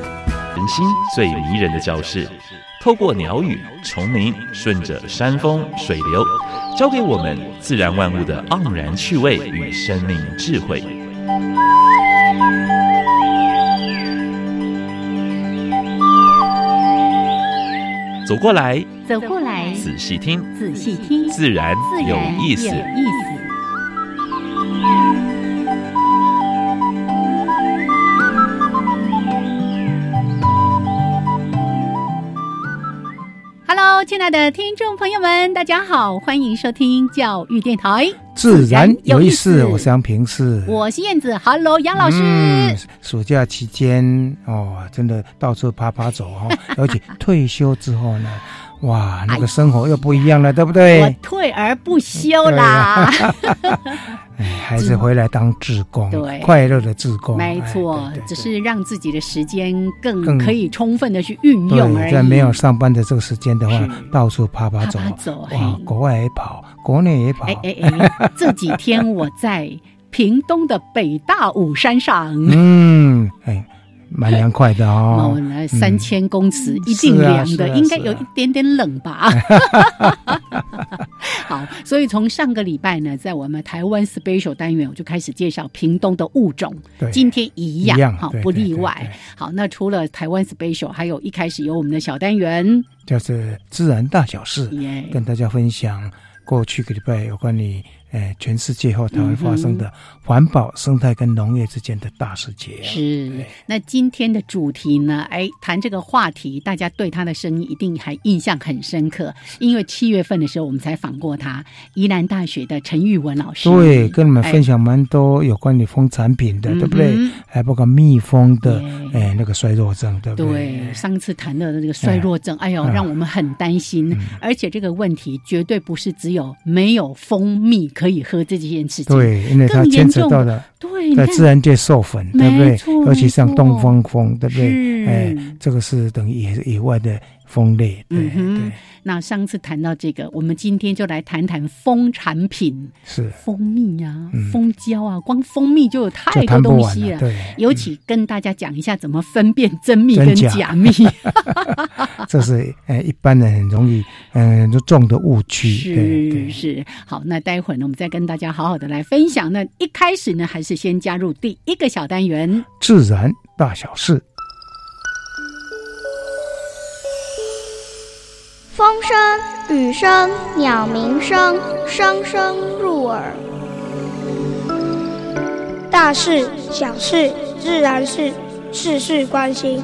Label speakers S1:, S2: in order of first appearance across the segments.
S1: 人心最迷人的教室，透过鸟语、虫鸣，顺着山峰、水流，教给我们自然万物的盎然趣味与生命智慧。走过来，
S2: 走过来，
S1: 仔细听，
S2: 仔细听，
S1: 自然
S2: 自然
S1: 有意思。
S2: 有意思，Hello，亲爱的听众朋友们，大家好，欢迎收听教育电台，
S3: 自然有意
S2: 自然
S3: 思，
S2: 有意思
S3: 我是杨平是。
S2: 我是燕子，Hello，杨老师。
S3: 嗯，暑假期间哦，真的到处爬爬走哦， 而且退休之后呢，哇，那个生活又不一样了，对不
S2: 哎我
S3: 对？
S2: 退而不休啦，
S3: 哎，孩子回来当志工，
S2: 对
S3: 快乐的志工，
S2: 没错
S3: 哎，对对
S2: 只是让自己的时间更
S3: 更
S2: 可以充分的去运用而
S3: 对，
S2: 已。
S3: 在没有上班的这个时间的话
S2: 是，
S3: 到处爬爬
S2: 爬
S3: 走，
S2: 爬走，
S3: 哇
S2: 嘿，
S3: 国外也跑，国内也跑
S2: 哎，哎哎，这几天我在屏东的北大武山上，
S3: 嗯，哎，蛮凉快的
S2: 哦
S3: 哦，，
S2: 那三千公尺一
S3: 是
S2: 定
S3: 啊
S2: 凉
S3: 是
S2: 的，
S3: 啊
S2: 应该
S3: 是
S2: 有
S3: 啊
S2: 一点点冷吧。 好，所以从上个礼拜呢，在我们台湾 special 单元，我就开始介绍屏东的物种，
S3: 对，
S2: 今天一
S3: 一
S2: 样，
S3: 样
S2: 好
S3: 对
S2: 不
S3: 对
S2: 例
S3: 对
S2: 外
S3: 对。
S2: 好，那除了台湾 special，还有一开始有我们的小单元，
S3: 就是自然大小事。
S2: 耶，
S3: 跟大家分享过去个礼拜有关于呃全世界和台湾发生的环保、生态跟农业之间的大事件。
S2: 是，那今天的主题呢？哎，谈这个话题，大家对他的声音一定还印象很深刻，因为七月份的时候我们采访过他，宜兰大学的陈玉文老师。
S3: 对，跟你们
S2: 哎
S3: 分享蛮多有关于蜂产品的，
S2: 嗯哼
S3: 对不对？还包括蜜蜂的，
S2: 对
S3: 哎，那个衰弱症，对不
S2: 对，上次谈到的这个衰弱症，哎呦，
S3: 啊嗯
S2: 让我们很担心。而且这个问题绝对不是只有没有蜂蜜可以喝这件事情。
S3: 对，因为它
S2: 更严
S3: 牵扯
S2: 重
S3: 到了
S2: 对，你
S3: 在
S2: 看，
S3: 自然界授粉，
S2: 没
S3: 对不
S2: 错
S3: 对？尤其
S2: 没
S3: 像
S2: 错
S3: 东方蜂，对不对？
S2: 是
S3: 哎，这个是等于野野外的蜂类，对
S2: 嗯哼
S3: 对，
S2: 那上次谈到这个，我们今天就来谈谈蜂产品，
S3: 是
S2: 蜂蜜啊
S3: 嗯，
S2: 蜂胶啊，光蜂蜜就有太
S3: 就
S2: 多
S3: 谈不
S2: 东
S3: 完
S2: 西啊
S3: 了，对，
S2: 尤其跟大家讲一下怎么分辨真蜜跟
S3: 真假嗯
S2: 假蜜，
S3: 这是呃一般人很容易嗯、就中的误区，对
S2: 是
S3: 对
S2: 是。好，那待会儿呢，我们再跟大家好好的来分享。那一开始呢，还是先加入第一个小单元，
S3: 自然大小事，
S4: 风声、雨声、鸟鸣声，声声入耳。大事、小事、自然是事事关心。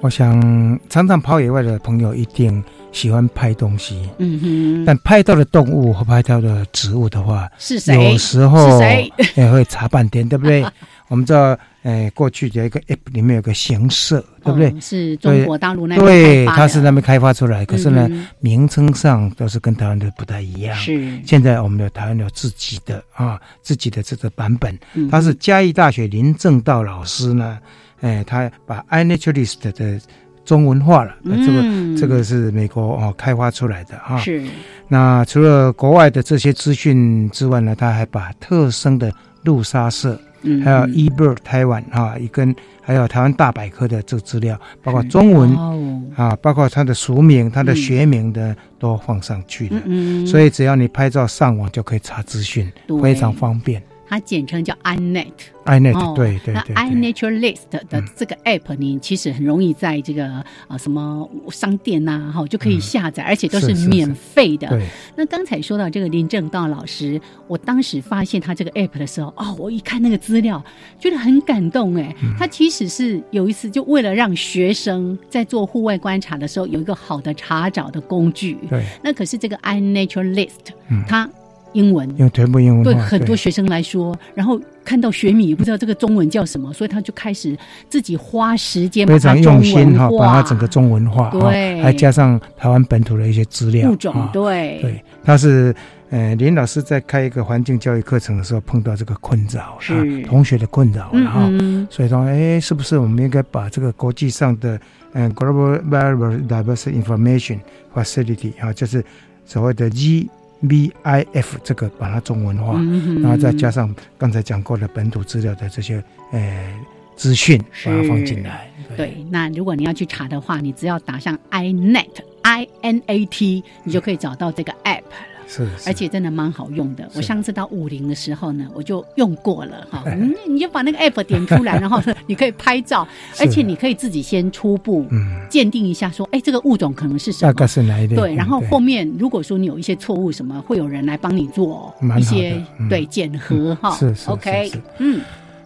S3: 我想常常跑野外的朋友一定喜欢拍东西，
S2: 嗯哼，
S3: 但拍到的动物和拍到的植物的话，
S2: 是谁
S3: 有？时候
S2: 是谁
S3: 也会查半天，对 不对？我们知道，呃，过去有一个 app 里面有个行社，对不对？
S2: 嗯是中国大陆那边
S3: 对，
S2: 开发
S3: 它
S2: 的
S3: 是那边开发出来，可是呢，
S2: 嗯
S3: 名称上都是跟台湾的不太一样。
S2: 是
S3: 现在我们的台湾有自己的啊，自己的这个版本
S2: 嗯，
S3: 他是嘉义大学林正道老师呢，哎，他把 iNaturalist 的中文化了，呃这个。
S2: 嗯
S3: 这个是美国哦开发出来的啊，
S2: 是
S3: 那除了国外的这些资讯之外呢，他还把特生的路沙社，
S2: 嗯
S3: 还有 eBird 台湾啊，一根还有台湾大百科的这个资料，包括中文
S2: 哦
S3: 啊，包括它的俗名、它的
S2: 嗯
S3: 学名的都放上去了
S2: 嗯。嗯，
S3: 所
S2: 以
S3: 以只要你拍照上网就可以查资讯
S2: 对，
S3: 非常方便。
S2: 它简称叫 iNet。
S3: iNet、
S2: 哦
S3: 哎对对
S2: 那
S3: 对嗯
S2: iNaturalist 的这个 app，你其实很容易在这个啊、呃什么商店呐、哈、就可以下载，而且都是
S3: 嗯是是
S2: 免费的。
S3: 对对，
S2: 那刚才说到这个林正道老师，我当时发现他这个 app 的时候，哦，我一看那个资料，觉得很感动哎。
S3: 嗯
S2: 他其实是有一次就为了让学生在做户外观察的时候有一个好的查找的工具。
S3: 对，
S2: 那可是这个 iNaturalist，、
S3: 嗯
S2: 它英文
S3: 因为全部英文
S2: 对
S3: 化，
S2: 很多学生来说，然后看到学米也不知道这个中文叫什么，所以他就开始自己花时间把
S3: 非
S2: 它
S3: 常
S2: 中
S3: 用心
S2: 文
S3: 哈，把
S2: 化
S3: 它整个中文化，哈
S2: 对
S3: 还加上台湾本土的一些资料
S2: 物种，
S3: 啊
S2: 对
S3: 对，他是呃林老师在开一个环境教育课程的时候碰到这个困扰，
S2: 是
S3: 啊同学的困扰，
S2: 嗯
S3: 然后。
S2: 嗯
S3: 所以说，哎，是不是我们应该把这个国际上的嗯 Global Biodiversity Information Facility 啊，就是所谓的 G V I F 这个把它中文化，
S2: 嗯
S3: 然后再加上刚才讲过的本土资料的这些呃资讯，把它放进来。
S2: 对，那如果你要去查的话，你只要打上 iNet I N A T，你就可以找到这个 app 了，
S3: 是，是
S2: 而且真的蛮好用的。
S3: 是
S2: 我上次到武陵的时候 呢，我就用过了哈。嗯，你就把那个 app 点出来，然 后呢，你可以拍照，
S3: 是
S2: 而且你可以自己先初步
S3: 嗯，
S2: 鉴定一下，说，哎，这个物种可能是什
S3: 大
S2: 么？
S3: 概是哪一类？
S2: 对，然后
S3: 嗯
S2: 后面如果说你有一些错误什么，会有人来帮你做哦
S3: 蛮好的
S2: 一些
S3: 嗯
S2: 对检核哈。
S3: 是是
S2: OK，
S3: 是是啊
S2: 嗯，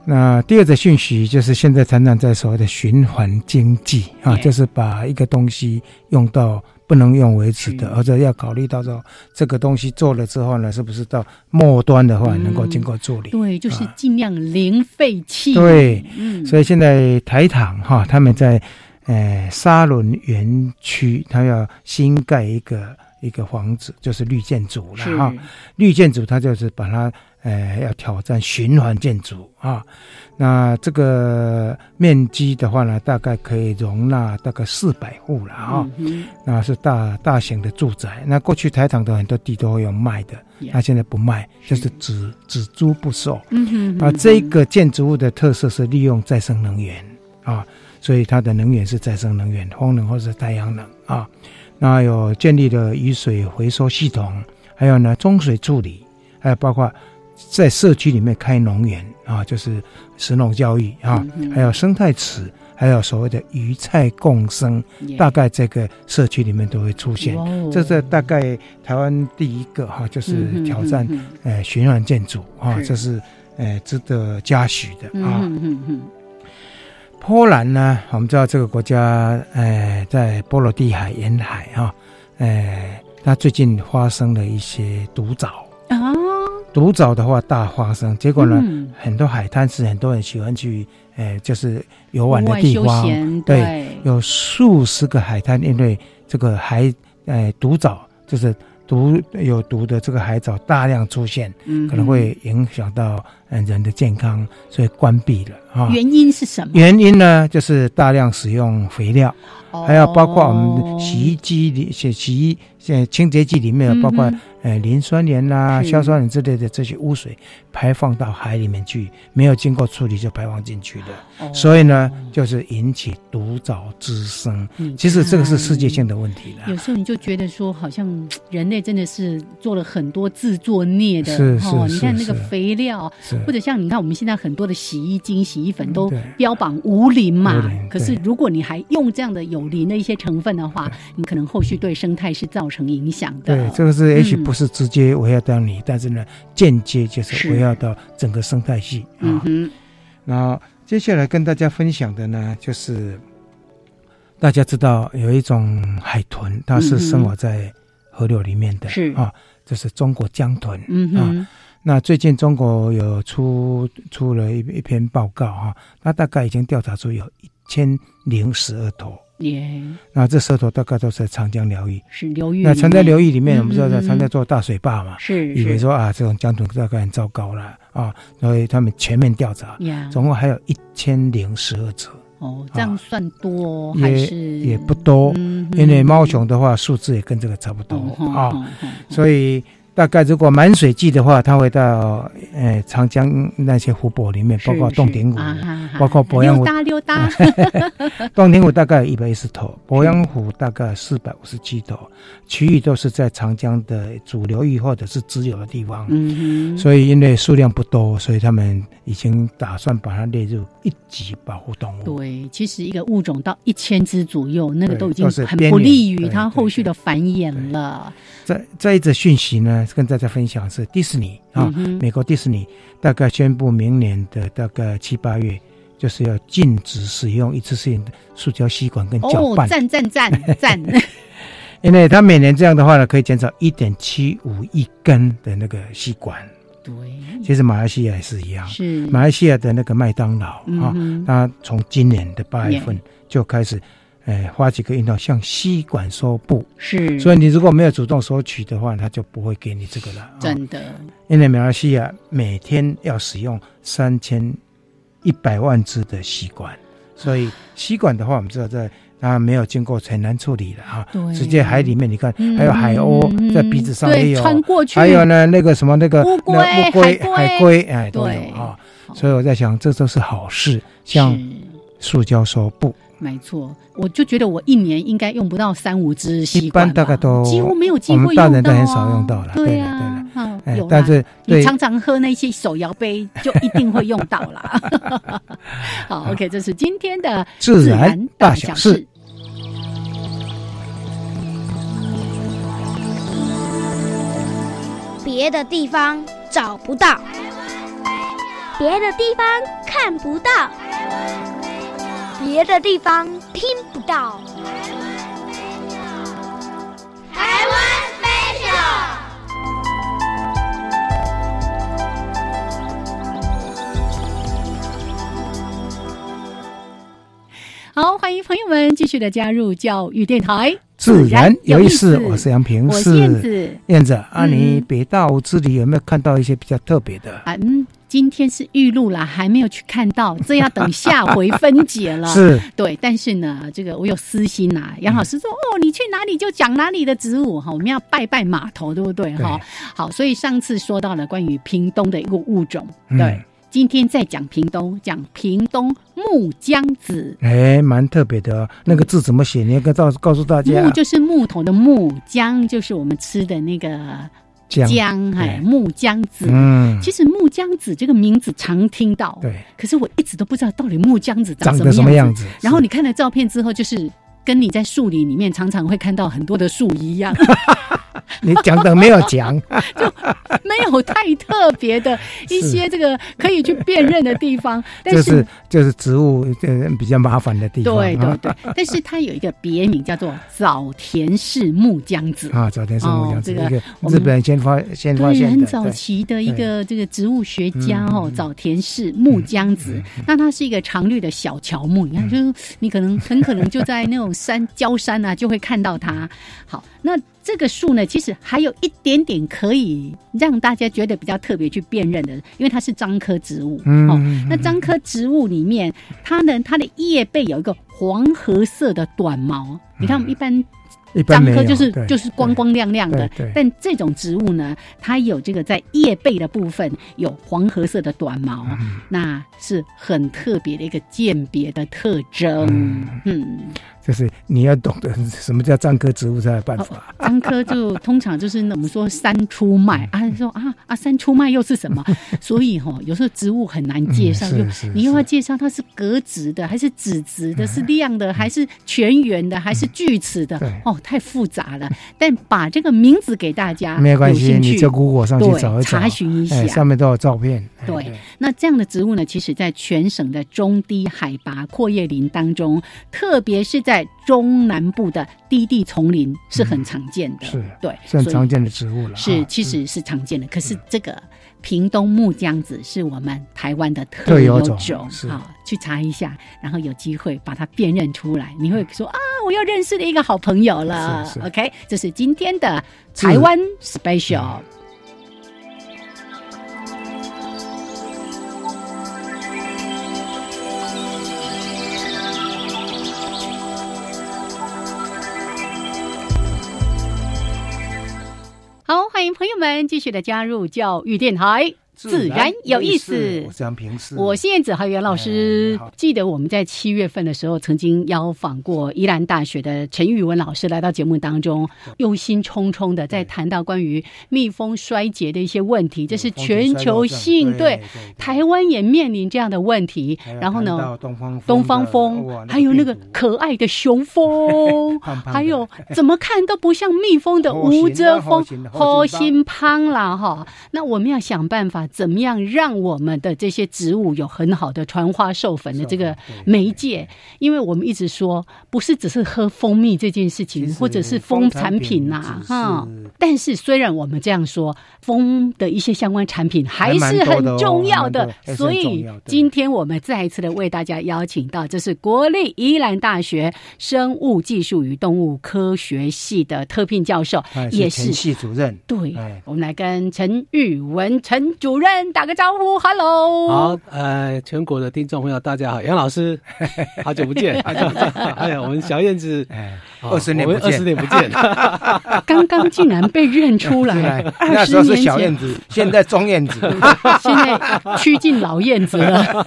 S3: 那第二则讯息就是现在常常在所谓的循环经济啊，
S2: 对
S3: 就是把一个东西用到不能用为止的，
S2: 是
S3: 而且要考虑到说这个东西做了之后呢，是不是到末端的话
S2: 嗯
S3: 能够经过处理。
S2: 对，就是
S3: 啊
S2: 尽量零废弃。
S3: 对，
S2: 嗯，
S3: 所以现在台糖哈，他们在呃沙仑园区，他要新盖一个一个房子，就是绿建筑了
S2: 是
S3: 哈。绿建筑它就是把它呃要挑战循环建筑啊。那这个面积的话呢，大概可以容纳大概四百户了啊。
S2: 嗯哼
S3: 那是大大型的住宅。那过去台糖的很多地都会有卖的，
S2: Yeah
S3: 那现在不卖，就是只只租不售。
S2: 嗯哼
S3: 啊，这个建筑物的特色是利用再生能源啊，所以它的能源是再生能源，风能或是太阳能啊。那有建立了雨水回收系统，还有呢中水处理，还有包括在社区里面开农园啊，就是食农教育啊，
S2: 嗯哼
S3: 还有生态池，还有所谓的鱼菜共生，
S2: Yeah
S3: 大概这个社区里面都会出现。
S2: 哇哦
S3: 这是大概台湾第一个哈、就是
S2: 嗯哼
S3: 挑战
S2: 嗯哼
S3: 呃循环建筑啊，
S2: 是
S3: 这是呃值得嘉许的啊。
S2: 嗯哼嗯
S3: 波兰呢，我们知道这个国家呃在波罗的海沿海啊，呃，它最近发生了一些独沼，
S2: 哼啊，
S3: 独沼的话大发生，结果呢，
S2: 嗯
S3: 很多海滩是很多人喜欢去呃就是游
S2: 户
S3: 玩的
S2: 外
S3: 地
S2: 休
S3: 方，
S2: 闲
S3: 对
S2: 对，
S3: 有数十个海滩，因为这个海呃独沼就是毒有毒的这个海藻大量出现。
S2: 嗯哼
S3: 可能会影响到嗯人的健康，所以关闭了啊。
S2: 原因是什么？
S3: 原因呢，就是大量使用肥料，还有包括我们洗衣
S2: 哦
S3: 机里、洗洗衣、呃清洁剂里面
S2: 嗯
S3: 有包括
S2: 哼
S3: 呃磷酸盐啦、
S2: 是
S3: 硝酸盐之类的这些污水排放到海里面去，没有经过处理就排放进去了，
S2: 哦
S3: 所以呢，就是引起独藻滋生。
S2: 你
S3: 其实这个是世界
S2: 看
S3: 性的问题了。
S2: 有时候你就觉得说，好像人类真的是做了很多自作孽的
S3: 是
S2: 哦。
S3: 是
S2: 你看那
S3: 是
S2: 个
S3: 是
S2: 肥料，
S3: 是
S2: 或者像你看我们现在很多的洗衣精、洗衣粉都
S3: 对
S2: 标榜无磷嘛
S3: 无磷。
S2: 可是
S3: 对
S2: 如果你还用这样的有磷的一些成分的话
S3: 对，
S2: 你可能后续对生态是造成影响的。
S3: 对，这个是也许
S2: 嗯
S3: 不是直接围绕到你，但是呢，间接就是
S2: 是
S3: 围绕到整个生态系啊。
S2: 嗯哼，
S3: 然后接下来跟大家分享的呢，就是大家知道有一种海豚，它
S2: 嗯
S3: 是
S2: 哼
S3: 生活在河流里面的，
S2: 是
S3: 啊，就是中国江豚。
S2: 嗯
S3: 啊
S2: 哼，
S3: 那最近中国有出出了一一篇报告哈、那大概已经调查出有一千零十二头，
S2: 也
S3: 那这十二头大概都是在长江流域。
S2: 是流域里面。
S3: 那长江流域里面，
S2: 嗯
S3: 我们知道在
S2: 嗯嗯
S3: 长江做大水坝嘛，
S2: 是
S3: 以为
S2: 是
S3: 说啊，这种江豚大概很糟糕了啊，所以他们全面调查，
S2: 呀，
S3: 总共还有一千零十二只，
S2: 哦，这样
S3: 啊
S2: 算多还
S3: 也
S2: 是
S3: 也不多，
S2: 嗯哼
S3: 因为猫熊的话数字也跟这个差不多
S2: 哦吼
S3: 啊，
S2: 吼吼
S3: 所以大概如果满水季的话，它会到呃长江那些湖泊里面，包括
S2: 是
S3: 洞
S2: 是
S3: 庭湖，
S2: 啊哈哈
S3: 包括鄱阳湖
S2: 溜达溜达，
S3: 洞庭湖大概一百一十
S2: 嗯
S3: 头，鄱阳湖大概四百五十七头，其余都是在长江的主流域或者是支流的地方。
S2: 嗯哼，
S3: 所以因为数量不多，所以他们已经打算把它列入一级保护动物。
S2: 对，其实一个物种到一千只左右，那个
S3: 对
S2: 都已经
S3: 都是
S2: 很
S3: 边
S2: 不
S3: 缘
S2: 利于
S3: 对
S2: 它
S3: 对
S2: 后续
S3: 对
S2: 的繁衍了。
S3: 再再一则讯息呢，跟大家分享是迪士尼啊
S2: 嗯，哼，
S3: 美国迪士尼大概宣布明年的大概七八月，就是要禁止使用一次性的塑胶吸管跟搅
S2: 哦，
S3: 拌，
S2: 赞赞赞 赞，
S3: 因为它每年这样的话呢，可以减少一点七五亿根的那个吸管。
S2: 对，
S3: 其实马来西亚也是一样，
S2: 是，
S3: 马来西亚的那个麦当劳啊。
S2: 嗯哼，
S3: 他从今年的八月份就开始，呃，发几个印条向吸管收布，
S2: 是，
S3: 所以你如果没有主动收取的话，他就不会给你这个了。啊
S2: 真的，
S3: 因为马来西亚每天要使用三千一百万只的吸管，所以吸管的话，我们知道在它没有经过很难处理了啊
S2: 对，
S3: 直接海里面你看
S2: 嗯
S3: 还有海鸥
S2: 嗯
S3: 在鼻子上
S2: 对
S3: 也有，
S2: 穿过去，
S3: 还有呢那个什么那个
S2: 乌龟
S3: 那乌龟、
S2: 海
S3: 海
S2: 龟
S3: 龟哎都
S2: 对
S3: 有啊，
S2: 好
S3: 所以我在想这都是好事，像
S2: 是
S3: 塑胶手布。
S2: 没错，我就觉得我一年应该用不到三五只吸
S3: 一
S2: 管吧，
S3: 般大概都
S2: 几乎没有机
S3: 我
S2: 会
S3: 们
S2: 用
S3: 大
S2: 啊
S3: 人都很少用到了
S2: 对
S3: 对
S2: 呀、
S3: 了对了
S2: 啊，
S3: 哎
S2: 有啦，
S3: 但是
S2: 你
S3: 对
S2: 常常喝那些手摇杯，就一定会用到啦。 好，OK，这是今天的
S3: 自然大小事。
S4: 别的地方找不到，别的地方看不到，别的地方听不到。台湾 special。
S2: 好，欢迎朋友们继续的加入教育电台，
S3: 自然有意思，
S2: 自然有
S3: 我是杨平，
S2: 我是燕子。
S3: 燕子啊，
S2: 嗯
S3: 你北大五之里有没有看到一些比较特别的？
S2: 啊，嗯，今天是预录啦，还没有去看到，这要等下回分解了。
S3: 是
S2: 对，但是呢，这个我有私心呐、
S3: 嗯
S2: 杨老师说，哦，你去哪里就讲哪里的植物哈，我们要拜拜码头，对不对哈？好，所以上次说到了关于屏东的一个物种，对，
S3: 嗯
S2: 今天再讲屏东，讲屏东木姜子。
S3: 哎，蛮特别的哦。那个字怎么写？你要跟告告诉大家
S2: 木，就是木头的木，姜就是我们吃的那个
S3: 讲
S2: 姜，哎，
S3: 对
S2: 木姜子。
S3: 嗯，
S2: 其实木姜子这个名字常听到，
S3: 对，
S2: 可是我一直都不知道到底木姜子
S3: 长
S2: 什
S3: 得什么
S2: 么样
S3: 样
S2: 子。
S3: 子？
S2: 然后你看了照片之后，就是跟你在树林里面常常会看到很多的树一样，
S3: 你讲的没有讲，
S2: 没有太特别 的一些这个可以去辨认的地方。 但
S3: 这
S2: 是，
S3: 是就是植物呃比较麻烦的地方。
S2: 对对
S3: 啊
S2: 对， 但是它有一个别名叫做早田氏木姜子。
S3: 啊，早田是木
S2: 哦
S3: 姜子，
S2: 这
S3: 一
S2: 个
S3: 个
S2: 我们
S3: 日本人先发先发
S2: 对，
S3: 现
S2: 很
S3: 的，
S2: 早
S3: 对
S2: 期的一个这个植物学家
S3: 嗯
S2: 哦，早田氏木姜子，那它是一个常绿的小乔木，你
S3: 嗯
S2: 看，就是你可能很可能就在那种山焦山啊，就会看到它。好，那这个树呢，其实还有一点点可以让大家觉得比较特别去辨认的，因为它是樟科植物
S3: 嗯
S2: 哦
S3: 嗯。
S2: 那樟科植物里面，它呢，它的叶背有一个黄褐色的短毛，你看
S3: 嗯
S2: 我们一般
S3: 一般
S2: 樟
S3: 没
S2: 科
S3: 有，
S2: 就是
S3: 对
S2: 就是光。光亮亮的
S3: 对对，
S2: 但这种植物呢，它有这个在叶背的部分有黄褐色的短毛，
S3: 嗯
S2: 那是很特别的一个鉴别的特征。嗯，
S3: 对就是你要懂得什么叫樟科植物才有办法。
S2: 樟哦科 就通常就是那我们说山出卖
S3: 嗯
S2: 啊，说啊啊山出卖又是 什么？所以哈、有时候植物很难介绍，
S3: 嗯
S2: 就是
S3: 是
S2: 你又要
S3: 是嗯
S2: 介绍它是格子的，还是子直的，是亮的，还是全圆的，还是锯齿的
S3: 对？
S2: 哦，太复杂了。但把这个名字给大家，
S3: 没有关系，
S2: 兴趣
S3: 你就 Google 上去找
S2: 对
S3: 一找，
S2: 查询一下
S3: 哎，。上面都有照片。哎
S2: 对，那这样的植物呢，其实在全省的中低海拔阔叶林当中，特别是在中南部的低地丛林是很常见的。
S3: 是
S2: 对，
S3: 是很
S2: 所以
S3: 常见的植物了。嗯
S2: 是
S3: 啊
S2: 其实是常见的。可是这个屏东木姜子是我们台湾的特
S3: 特有
S2: 有
S3: 种
S2: 种
S3: 是
S2: 啊，去查一下，然后有机会把它辨认出来，你会说啊，我又认识了一个好朋友了。
S3: 是是
S2: OK，这是今天的
S3: 自
S2: 台湾 special。好，欢迎朋友们继续的加入教育电台，自然有意思。
S3: 我是杨平是，
S2: 我是燕子和袁老师
S3: 哎好。
S2: 记得我们在七月份的时候，曾经邀访过宜兰大学的陈宇文老师来到节目当中，忧心忡忡的在谈到关于蜜蜂衰竭的一些问题，这是全球性
S3: 对，
S2: 对。台湾也面临这样的问题，然后呢，，东方风，还有那个可爱的雄蜂
S3: 胖胖的
S2: 还有怎么看都不像蜜蜂的无遮蜂
S3: 猴形的，
S2: 猴
S3: 猴
S2: 心
S3: 形
S2: 胖啦哈。那我们要想办法，怎么样让我们的这些植物有很好的传花授粉的这个
S3: 授粉对
S2: 媒介？因为我们一直说，不是只是喝蜂蜜这件事情，或者是蜂产品呐、哈、但是虽然我们这样说，蜂的一些相关产品还是很重要的，
S3: 还蛮多的哦还蛮多还是
S2: 所
S3: 很重
S2: 以
S3: 要的
S2: 今天我们再一次的为大家邀请到，这是国立宜兰大学生物技术与动物科学系的哎特聘教授，也
S3: 也是前系主任，
S2: 对
S3: 哎，
S2: 我们来跟陈玉文陈主
S5: 主任打个招呼，Hello。
S6: 好，呃，全国的听众朋友，大家好，杨老 师，好久不见， 哎呀，我们小燕子，
S3: 哎，
S6: 哦
S3: 20年不见
S6: 我们二十年不 见，
S2: 刚刚竟然被认出
S3: 进
S2: 来
S3: 来，
S2: 二
S3: 那时
S2: 十
S3: 候
S2: 年
S3: 是小燕
S2: 前，哎
S3: 子，现在中燕子，
S2: 现在趋近老燕子了。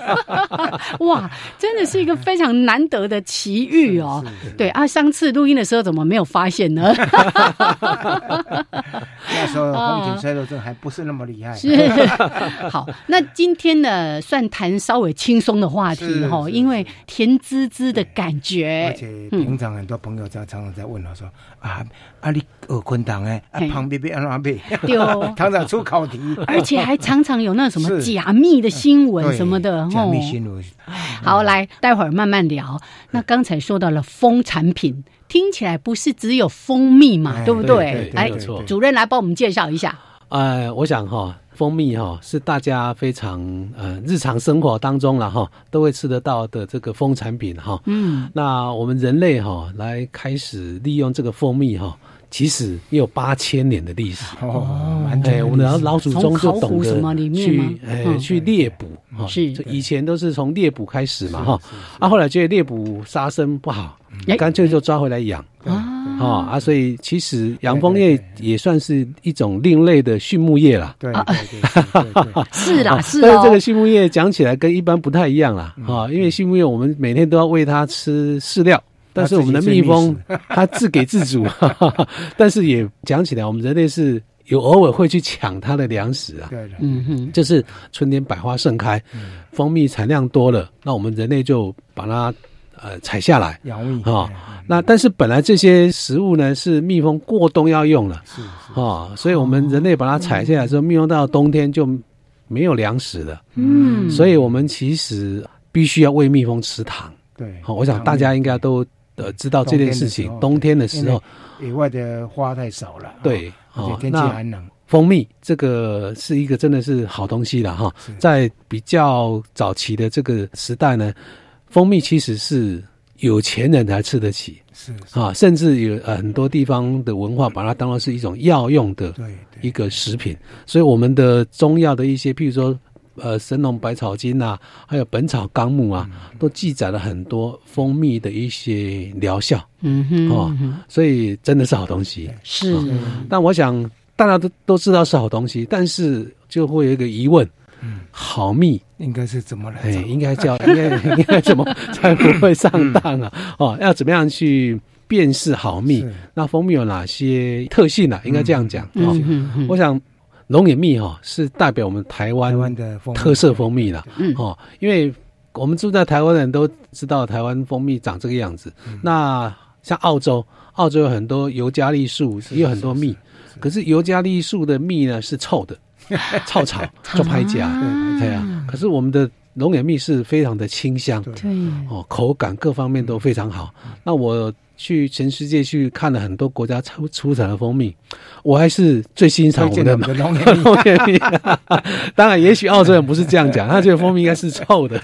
S2: 哇，真的是一个非常难得的奇遇哦。
S3: 嗯
S2: 对啊，上次录音的时候怎么没有发现 呢？
S3: 那时候风景衰弱症还不是那么厉害，
S2: 是好，那今天呢，算谈稍微轻松的话题
S3: 是
S2: 哈，
S3: 是
S2: 因为甜滋滋的感
S3: 而
S2: 觉，
S3: 且平常很多朋友在常常在问我说啊啊，你学昆堂哎，啊
S2: 嘿
S3: 旁边被安哪被，
S2: 对哦
S3: 堂长出考题，
S2: 而且还常常有那什么
S3: 是
S2: 假密的新闻
S3: 对
S2: 什么的
S3: 假
S2: 哦。
S3: 密新闻，
S2: 好，来，待会儿慢慢聊。那刚才说到了蜂产品，听起来不是只有蜂蜜嘛，
S3: 哎
S2: 对不
S6: 对
S2: 对？
S6: 对
S2: 来
S6: 没有，错
S2: 主任来帮我们介绍一下。
S6: 呃，我想哈、蜂蜜哈、是大家非常呃日常生活当中了哈、都会吃得到的这个蜂产品哈、
S2: 嗯，
S6: 那我们人类哈、来开始利用这个蜂蜜哈、其实也有八千年的历史。
S3: 哦，蛮
S6: 哎，我们老老祖宗就
S2: 从考
S6: 懂
S2: 古什么
S6: 得
S2: 里面吗
S6: 去，哎
S2: 嗯，
S6: 去猎捕哈，
S2: 是
S6: 就以前都是从猎捕开始嘛哈，啊，后来觉得猎捕杀生不好
S2: 哎，
S6: 干脆就抓回来养
S2: 啊
S6: 哦啊，所以其实养蜂
S3: 对对
S6: 业也算是一种另类的畜牧业啦。
S2: 啊
S6: 啊
S3: 对对对对对对，
S2: 是啦，是
S6: 但是这
S2: 哦
S6: 个，畜牧业讲起来跟一般不太一样啦，
S3: 嗯
S6: 啊，因为畜牧业我们每天都要喂它吃饲料，但是我们的蜜蜂 它自给自足， 但是也讲起来，我们人类是有偶尔会去抢它的粮食啊。
S3: 对嗯的，
S2: 嗯哼，
S6: 就是春天百花盛开，蜂蜜产量多了，那我们人类就把它呃采下来。
S3: 养胃
S6: 哦
S3: 嗯
S6: 那但是本来这些食物呢是蜜蜂过冬要用了
S3: 是是
S6: 哦，所以我们人类把它采下来之后，蜜蜂到冬天就没有粮食了，
S2: 嗯，
S6: 所以我们其实必须要喂蜜蜂吃糖。
S3: 对，
S6: 好、我想大家应该都呃知道这件事情。冬
S3: 冬
S6: 天
S3: 天
S6: 的
S3: 的
S6: 时
S3: 时
S6: 候
S3: 候，野外的花太少了，哦，
S6: 对，
S3: 而
S6: 哦
S3: 且，天气
S6: 那
S3: 寒冷，
S6: 蜂蜜这个是一个真的是好东西了哈
S3: 是，
S6: 在比较早期的这个时代呢，蜂蜜其实是有钱人才吃得起
S3: 是，是
S6: 啊，甚至有呃很多地方的文化把它当做是一种药用的
S3: 对对，
S6: 一个食品，所以我们的中药的一些，譬如说。呃，《神农百草经》啊，还有《本草纲目》啊，
S3: 嗯
S6: 都记载了很多蜂蜜的一些疗效，
S2: 嗯哼，
S6: 哦
S2: 嗯哼
S6: 所以真的是好东西。
S2: 是
S6: 但我想大家都都知道是好东西，但是就会有一个疑问：
S3: 嗯
S6: 好蜜，
S3: 应该是怎么来
S6: 哎，
S3: 找？
S6: 应该叫 应该应该怎么才不会上当啊？哦，要怎么样去辨识好蜜？
S3: 嗯是
S6: 那蜂蜜有哪些特性呢、啊？应该这样讲
S2: 嗯
S6: 哦。
S2: 哼嗯
S6: 我想龙眼蜜哈、哦、是代表我们台
S3: 台
S6: 湾
S3: 湾的蜂蜜
S6: 特色蜂蜜啦。
S2: 嗯
S6: 哦，因为我们住在台湾的人都知道台湾蜂蜜长这个样子。那像澳洲，澳洲有很多尤加利树，也有很多蜜，可是尤加利树的蜜呢是臭的，臭草就拍假。
S2: 啊
S6: 对啊，可是我们的龙眼蜜是非常的清香，
S3: 对
S2: 对，
S6: 哦，口感各方面都非常好。那我去全世界去看了很多国家出出产的蜂蜜，我还是最欣赏
S3: 推
S6: 我
S3: 荐
S6: 们
S3: 的
S6: 的
S3: 我们的龙 眼蜜，
S6: 蜂蜜。 当然，也许澳洲人不是这样讲，他觉得蜂蜜应该是臭的。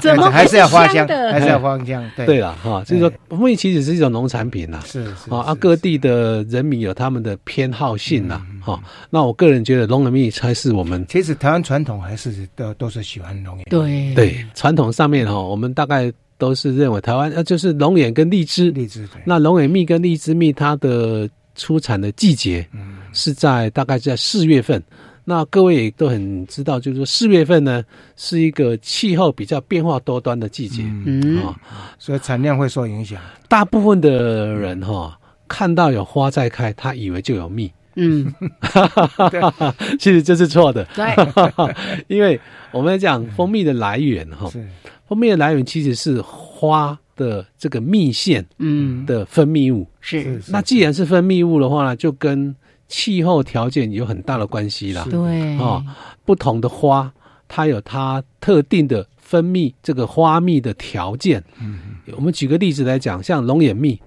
S2: 怎么
S3: 还
S2: 会
S3: 是要花
S2: 香
S3: 香，
S2: 的
S3: 还是要花香，
S6: 对
S3: 对，
S6: 了哈，就是说蜂蜜其实是一种农产品啦。
S3: 是是
S6: 啊啊，
S3: 是
S6: 各地的人民有他们的偏好性啦。哈，那我个人觉得龙眼蜜才是我们
S3: 其实台湾传统还是都都是喜欢龙眼，
S2: 对
S6: 对传统上面哈，我们大概都是认为台湾呃就是龙眼跟荔枝，
S3: 荔枝对，
S6: 那龙眼蜜跟荔枝蜜，它的出产的季节
S3: 嗯
S6: 是在大概在四月份。那各位也都很知道，就是说四月份呢是一个气候比较变化多端的季节啊、
S2: 嗯，
S3: 所以产量会受影响，
S6: 大部分的人哈、看到有花在开，他以为就有蜜，
S2: 嗯，
S6: 其实这是错的，
S2: 对，
S6: 因为我们讲蜂蜜的来源哈、
S3: 是
S6: 蜂蜜的来源其实是花的这个蜜腺
S2: 嗯，
S6: 的分泌物。
S2: 是，
S6: 那既然是分泌物的话呢，就跟气候条件有很大的关系啦。
S2: 对，
S3: 哎
S6: 哦，不同的花，它有它特定的分泌这个花蜜的条件。嗯，我们举个例子来讲，像龙眼蜜，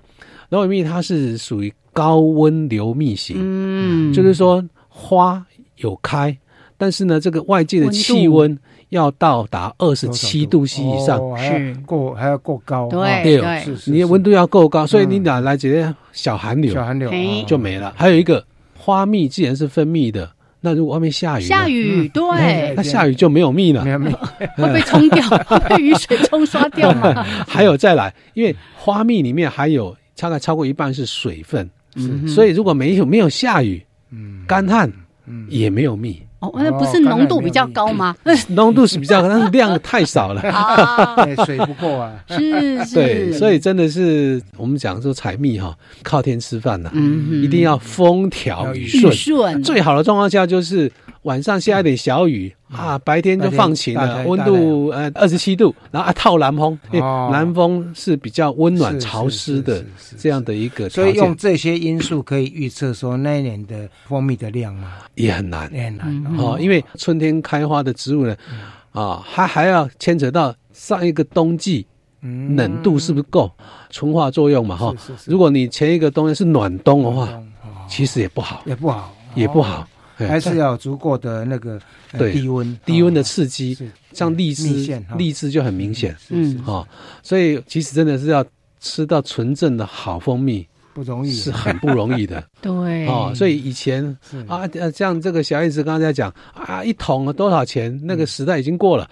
S6: 龙眼蜜它是属于高温流蜜型，
S2: 嗯，
S6: 就是说花有开，但是呢，这个外界的
S2: 温度
S6: 气温要到达二十
S3: 多少
S6: 七度 C 以上。
S3: 哦还要
S2: 是
S3: 过还要过高，啊
S2: 对
S6: 对
S2: 对
S3: 是是
S6: 你的
S3: 是
S6: 温度要够高，所以你
S3: 嗯
S6: 哪来几个小寒流？
S3: 小寒流
S2: 嘿
S3: 哦
S6: 就没了。还有一个花蜜，既然是分泌的，那如果外面下雨呢，
S2: 下雨对
S6: 那下雨就没有蜜了
S3: 没。有没有，
S2: 会
S6: 哎
S2: 被冲掉， 会被雨水冲 刷掉吗？
S6: 还有再来，因为花蜜里面还有大概超过一半是水分，
S3: 嗯
S6: 所以如果没有没有下雨，
S3: 嗯
S6: 干旱
S3: 嗯
S6: 也没有蜜，
S2: 哦，那不是浓度比较高吗？
S6: 浓度是比较高，但是量太少了。
S2: 啊，
S3: 哎水不够啊，
S2: 是是，
S6: 对，所
S2: 以
S6: 以真的是我们讲说采蜜哈，靠天吃饭呐、
S2: 嗯
S6: 一定要风调雨
S2: 雨
S6: 顺。
S2: 顺，
S6: 最好的状况下就是晚上下一点小雨啊，白天就放
S3: 嗯
S6: 晴
S3: 白
S6: 了，
S3: 天
S6: 温度呃二十七度，然后啊套南风，因
S3: 哦
S6: 为南风是比较温暖
S3: 是
S6: 潮湿的
S3: 是是是
S6: 这样的一个条
S3: 所以用
S6: 件，
S3: 这些因素可以预测说那一年的蜂蜜的量嘛，
S6: 也很难
S3: 也很难
S2: 嗯
S6: 哦，因为春天开花的植物呢，
S3: 嗯
S6: 啊，它还要牵扯到上一个冬季
S3: 嗯
S6: 冷度是不是够，纯化作用嘛哈
S3: 是是。是
S6: 如果你前一个冬天是暖冬的话，
S3: 哦
S6: 其实也不好，
S3: 也不好，哦
S6: 也不好，哎
S3: 还是哦要有足够的那个呃
S6: 对
S3: 低温
S6: 低温的
S3: 哦
S6: 刺激，
S3: 是
S6: 像荔
S3: 蜜
S6: 枝
S3: 饯哈，
S6: 荔枝就很明显。
S2: 嗯
S6: 哦，所以其实真的是要吃到纯正的好蜂蜜
S3: 不容易哎
S6: 是很不容易 的
S2: 对
S6: 哦。所以以前
S3: 是
S6: 啊，呃像这个小叶子刚才讲啊，一桶多少钱？那个
S3: 嗯
S6: 时代已经过了。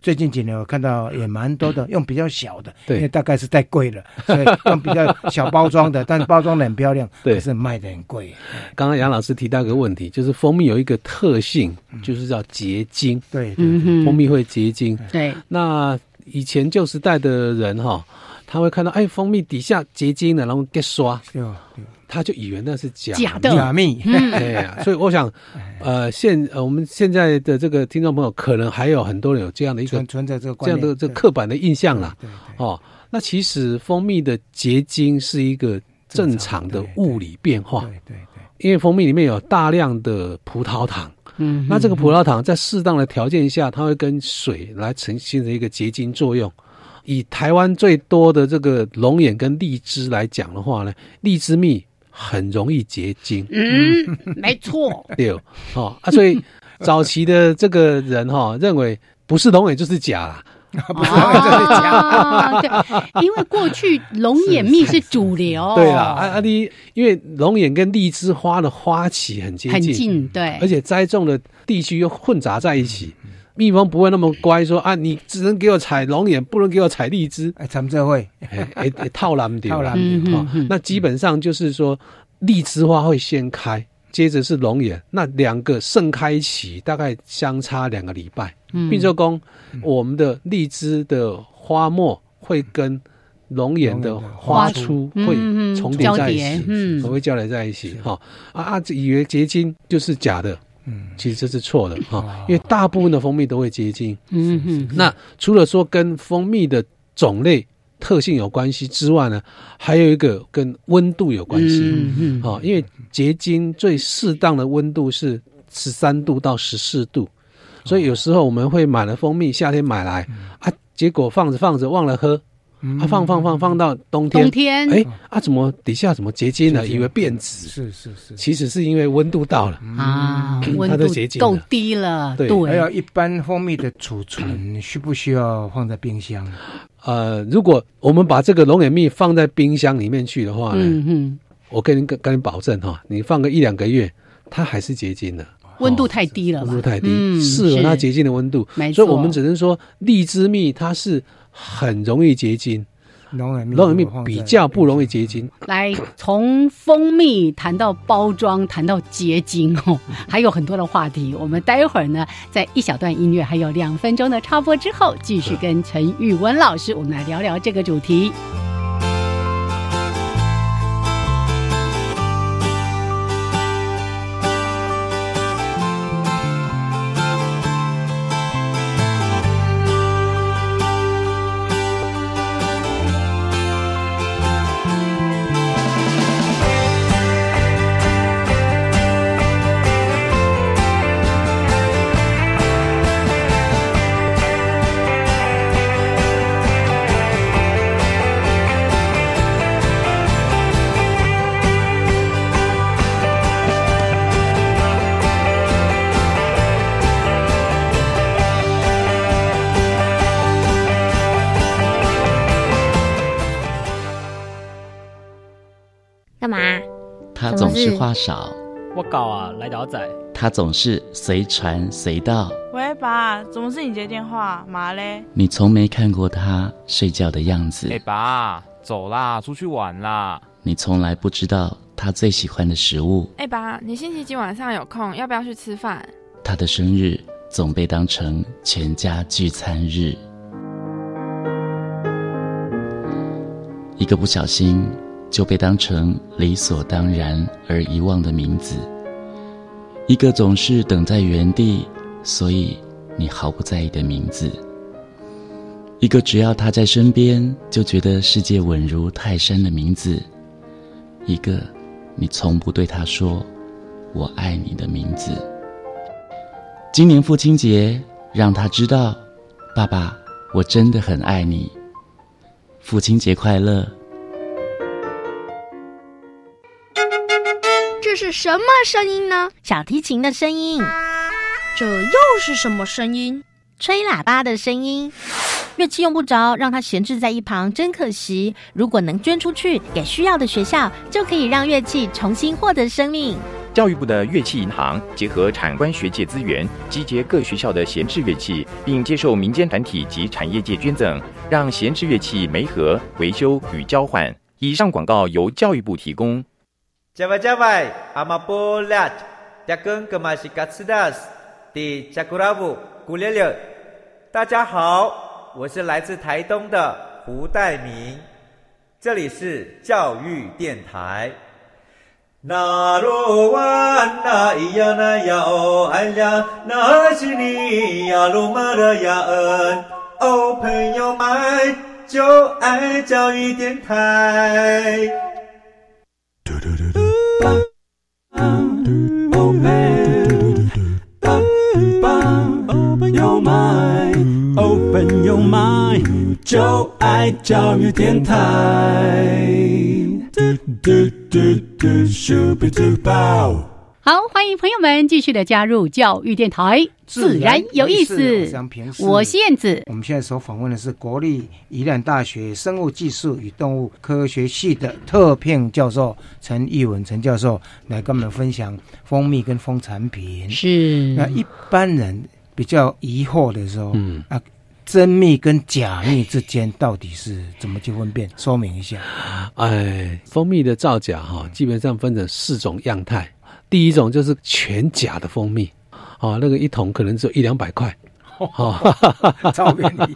S3: 最近几年我看到也蛮多的，用比较小的，
S6: 嗯对
S3: 因为大概是太贵 了，所以用比较小包装的，但包装的很漂亮，
S6: 对
S3: 可是卖的很贵。
S6: 刚刚杨老师提到一个问题，就是蜂蜜有一个特性，就是叫结晶，
S3: 对，对
S2: 嗯哼，
S6: 蜂蜜会结晶。
S2: 对，
S6: 那以前旧时代的人哈、他会看到哎，蜂蜜底下结晶了，然后给刷，
S3: 对哦对哦
S6: 他就以为那是假
S2: 假
S3: 对哦
S2: 的
S3: 假，蜜，
S6: 对呀、所以我想，呃，现呃我们现在的这个听众朋友，可能还有很多人有这样的一个
S3: 存存在这个哎
S6: 这
S3: 观
S6: 样
S3: 念，
S6: 的这个
S3: 对
S6: 刻板的印象啦。
S3: 对对对
S6: 哦，那其实蜂蜜的结晶是一个正常的物理变化，
S3: 对对对，
S6: 因为蜂蜜里面有大量的葡萄糖，
S2: 嗯
S6: 那这个葡萄糖在适当的条件下，它会跟水来呈现的一个结晶作用。以台湾最多的这个龙眼跟荔枝来讲的话呢，荔枝蜜很容易结晶。
S2: 嗯，没错，
S6: 对哦，哦啊，所以早期的这个人哈、认为不是龙眼就是假啦，
S2: 啊，对，因为过去龙眼蜜是主流，
S6: 对啦，啊啊你因为龙眼跟荔枝花的花期很接
S2: 很
S6: 近，
S2: 近，哎对，
S6: 而且栽种的地区又混杂在一起，
S2: 嗯
S6: 蜜蜂不会那么乖说啊，你只能给我采龙眼，不能给我采荔枝，
S3: 哎，咱们这会
S6: 哎哎哎，套篮丢
S3: 套
S6: 啦
S3: 篮，
S2: 嗯
S6: 哦
S2: 嗯，嗯
S6: 那基本上就是说荔枝花会先开。接着是龙眼，那两个盛开期大概相差两个礼拜，
S2: 嗯
S6: 并且公，我们的荔枝的花末会跟龙眼的花株
S2: 嗯
S6: 会
S2: 嗯嗯
S6: 重叠在一
S2: 交叠
S6: 起，
S2: 嗯
S6: 会交叠在一起哈。啊啊，以为结晶就是假的，
S3: 嗯
S6: 其实这是错的哈，因为大部分的蜂蜜都会结晶。
S2: 嗯嗯
S6: 那除了说跟蜂蜜的种类特性有关系之外呢，还有一个跟温度有关系。
S2: 嗯嗯
S6: 哦，因为结晶最适当的温度是十三度到十四度，所以
S3: 哦
S6: 有时候我们会买了蜂蜜，夏天
S3: 嗯
S6: 买来啊，结果放着放着忘了喝，啊放放放放到冬天
S2: 冬，天，
S6: 哎啊怎么底下怎么结晶了？
S3: 结晶
S6: 以为变质，
S3: 是是是。
S6: 其实是因为温度到了。
S2: 啊，温
S6: 它
S2: 度
S6: 都结晶了
S2: 够低了，
S6: 对
S3: 还有一般蜂蜜的储存需不需要放在冰箱？
S6: 呃，如果我们把这个龙眼蜜放在冰箱里面去的话呢，
S2: 嗯
S6: 我跟你跟跟你保证哈、你放个一两个月，它还是结晶的。
S2: 嗯，温度太低了吧，
S6: 温度太低，
S2: 嗯
S6: 适合它
S2: 是
S6: 结晶的温度。
S2: 没
S6: 所以
S2: 错
S6: 我们只能说荔枝蜜它是很容易结晶，
S3: 龙
S2: 嗯
S3: 眼蜜，
S6: 龙眼蜜比较不容易结晶。
S2: 来，从蜂蜜谈到包装，谈到结晶哦， 还有很多的话题。我们待会儿呢，在一小段音乐还有两分钟的插播之后，继续跟陈玉文老师我们来聊聊这个主题。
S7: 干嘛？
S8: 他
S7: 什么事
S8: 总是话少，
S7: 我搞啊，来岛仔，
S8: 他总是随传随到。
S9: 喂，爸，怎么是你接电话？嘛嘞？
S8: 你从没看过他睡觉的样子
S7: 哎、，爸，走啦，出去玩啦。
S8: 你从来不知道他最喜欢的食物。
S10: 哎、爸，你星期几晚上有空？要不要去吃饭？
S8: 他的生日总被当成全家聚餐日。一个不小心就被当成理所当然而遗忘的名字，一个总是等在原地，所以你毫不在意的名字，一个只要他在身边就觉得世界稳如泰山的名字，一个你从不对他说“我爱你”的名字。今年父亲节，让他知道，爸爸，我真的很爱你。父亲节快乐！
S4: 这是什么声音呢？
S11: 小提琴的声音，
S4: 这又是什么声音？
S11: 吹喇叭的声音。乐器用不着，让它闲置在一旁，真可惜。如果能捐出去给需要的学校，就可以让乐器重新获得生命。
S12: 教育部的乐器银行结合产官学界资源，集结各学校的闲置乐器，并接受民间团体及产业界捐赠，让闲置乐器媒合、维修与交换。以上广告由教育部提供。
S13: Java Java, Amapolat, Dagun Gamashikatsidas, Di Jakurabu Gulele。大家好，我是来自台东的胡代明，这里是教育电台。那罗哇那咿呀那呀哦哎呀，那是你呀鲁玛的呀恩哦，朋友们就爱教育电台。
S14: Open your mind, open your mind，就爱教育电台。嘟嘟嘟嘟，Super Duper。
S2: 好，欢迎朋友们继续的加入教育电台，自然有意思。
S3: 自然有意思
S2: 我是燕子
S3: 我，们现在所访问的是国立宜兰大学生物技术与动物科学系的特聘教授陈义文陈教授来跟我们分享蜂蜜跟蜂产品。
S2: 是
S3: 那一般人比较疑惑的时候，
S6: 嗯
S3: 啊，真蜜跟假蜜之间到底是怎么去分辨？说明一 下。
S6: 哎，蜂蜜的造假哈、基本上分成四种样态。第一种就是全假的蜂蜜，哦，那个一桶可能只有一两百块， 哦，
S3: 超便宜，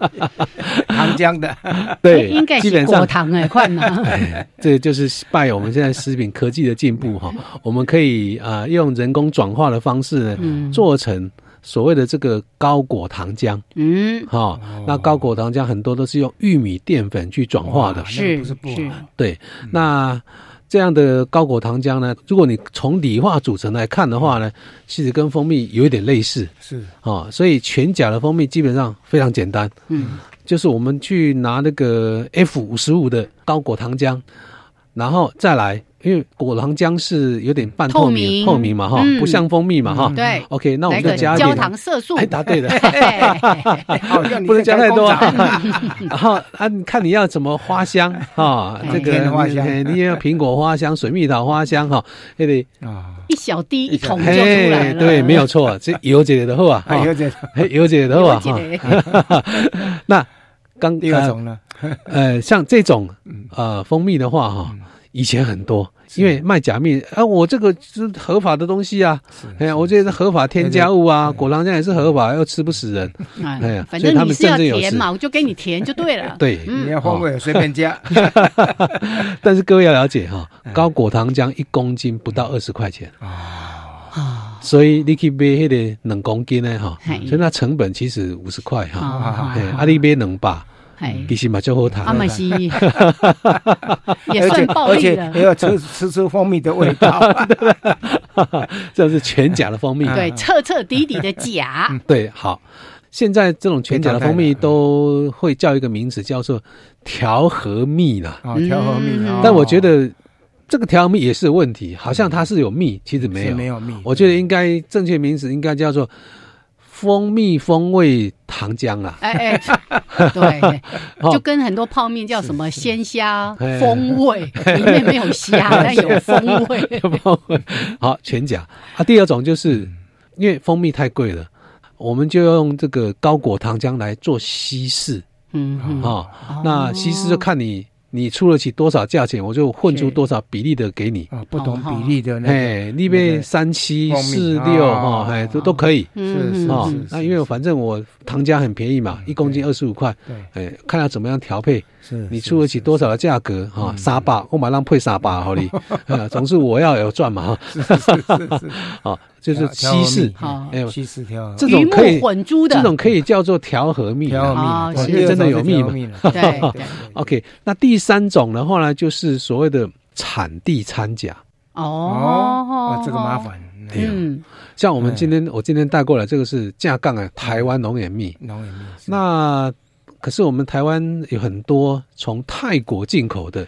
S3: 糖浆的。
S6: 对，
S2: 应该
S6: 基
S2: 是
S6: 本
S2: 果
S6: 上
S2: 糖哎，快 拿。
S6: 哎， 这就是拜我们现在食品科技的进步哈、我们可以啊、呃用人工转化的方式呢，
S2: 嗯
S6: 做成所谓的这个高果糖浆
S2: 嗯，
S6: 哈、那高果糖浆很多都是用玉米淀粉去转化的
S3: 哇，那个
S2: 是
S3: 不是不
S2: 是
S3: 好？
S6: 对，那。这样的高果糖浆呢，如果你从理化组成来看的话呢，其实跟蜂蜜有一点类似
S3: 是
S6: 啊、所以全假的蜂蜜基本上非常简单，
S2: 嗯，
S6: 就是我们去拿那个 F 五十五的高果糖浆，然后再来，因为果糖浆是有点半透明
S2: 透明
S6: 嘛哈，
S2: 嗯
S6: 不像蜂蜜嘛哈。
S2: 对，
S6: OK，那我哦
S2: 来
S6: 们就
S2: 个
S6: 加一点
S2: 焦糖色素。
S6: 哎，答对了。
S2: 哎
S3: 好像你
S6: 不能加
S3: 在
S6: 太
S3: 工
S6: 多
S3: 厂
S6: 啊， 然后啊，你看你要怎么花香啊？这
S3: 天
S6: 个
S3: 花香
S6: 哎你也要苹果花香、水蜜桃花香哈，那得
S3: 啊，
S2: 一小滴一桶就出来
S6: 嘿，
S2: 了。
S6: 哎
S2: 哎
S6: 对，没有错，这油姐的后啊，
S3: 还哎有这
S6: 嘿油姐的后啊，
S2: 有
S6: 哈
S2: 一，
S6: 那刚
S3: 第二
S6: 呃
S3: 种呢？
S6: 呃，像这种呃蜂蜜的话哈、以前很多，因为卖假蜜啊，我这个是合法的东西啊，哎呀，我这是合法添加物啊，果糖浆也是合法，又吃不死人，哎
S2: 哎
S6: 呀，
S2: 反
S6: 所以他
S2: 正你
S6: 们
S2: 是要
S6: 振振有
S2: 甜
S6: 词
S2: 嘛，我就给你甜就对了。
S6: 对。哦
S2: 嗯
S3: 你要风味随便加，
S6: 但是各位要了解哈、高果糖浆一公斤不到二十块钱
S3: 哦
S6: 啊，所以你去买那个两公斤的哈、
S2: 嘿
S6: 所以那成本其实五十块哈，
S2: 啊
S6: 哎，啊你嗯买两百，
S2: 哎，
S6: 其实嘛就好谈。
S2: 阿玛西 也
S6: 哎
S3: 而且
S2: 算暴
S3: 而
S2: 力
S3: 且
S2: 了
S3: 也。要吃吃出蜂蜜的味 道。
S6: 这是全假的蜂蜜。
S2: 哎对，彻彻底底的假。
S6: 对，好，现在这种全假的蜂蜜都会叫一个名词，叫做调和蜜啦。
S3: 啊，调和蜜。
S2: 嗯
S3: 哦
S6: 但我觉得这个调和蜜也是问题，好像它是有蜜，其实没
S3: 是
S6: 有。
S3: 没有蜜，
S6: 我觉得应该正确名词应该叫做蜂蜜风味糖浆啦。
S2: 哎哎，对，
S6: 哦
S2: 就跟很多泡面叫什么鲜虾风味，里面没有虾， 但有风味。
S6: 好，全假啊。第二种就是因为蜂蜜太贵了，我们就用这个高果糖浆来做稀释。
S2: 嗯
S6: 啊，那稀
S3: 哦
S6: 释就看你。你出得起多少价钱，我就混出多少比例的给你
S3: 啊，不同比例的那
S6: 哎，那边三七四六哈，哎，都都可以，
S2: 嗯
S3: 是哦是嗯
S6: 啊。那因为反正我糖浆很便宜嘛，一公斤二十五块，哎，看他怎么样调配，
S3: 是嗯
S6: 你出得起多少的价格哈，沙巴我马上配 沙巴好哩，总之我要有赚嘛哈， 啊，就是稀释，
S3: 哎，稀释调
S6: 这种可以
S2: 混珠的，
S6: 这种可以叫做调和蜜，
S3: 调和蜜，
S6: 因为真的有蜜嘛，
S2: 哦
S6: 啊
S2: 对。
S6: OK，那第三种的话呢，就是所谓的产地参假。
S2: 哦，
S3: 这个麻烦。
S2: 嗯，
S6: 像
S3: 哎
S6: 我们今天我今天带过来这个是架杠啊，台湾龙眼蜜。
S3: 龙眼蜜。
S6: 那可是我们台湾有很多从泰国进口的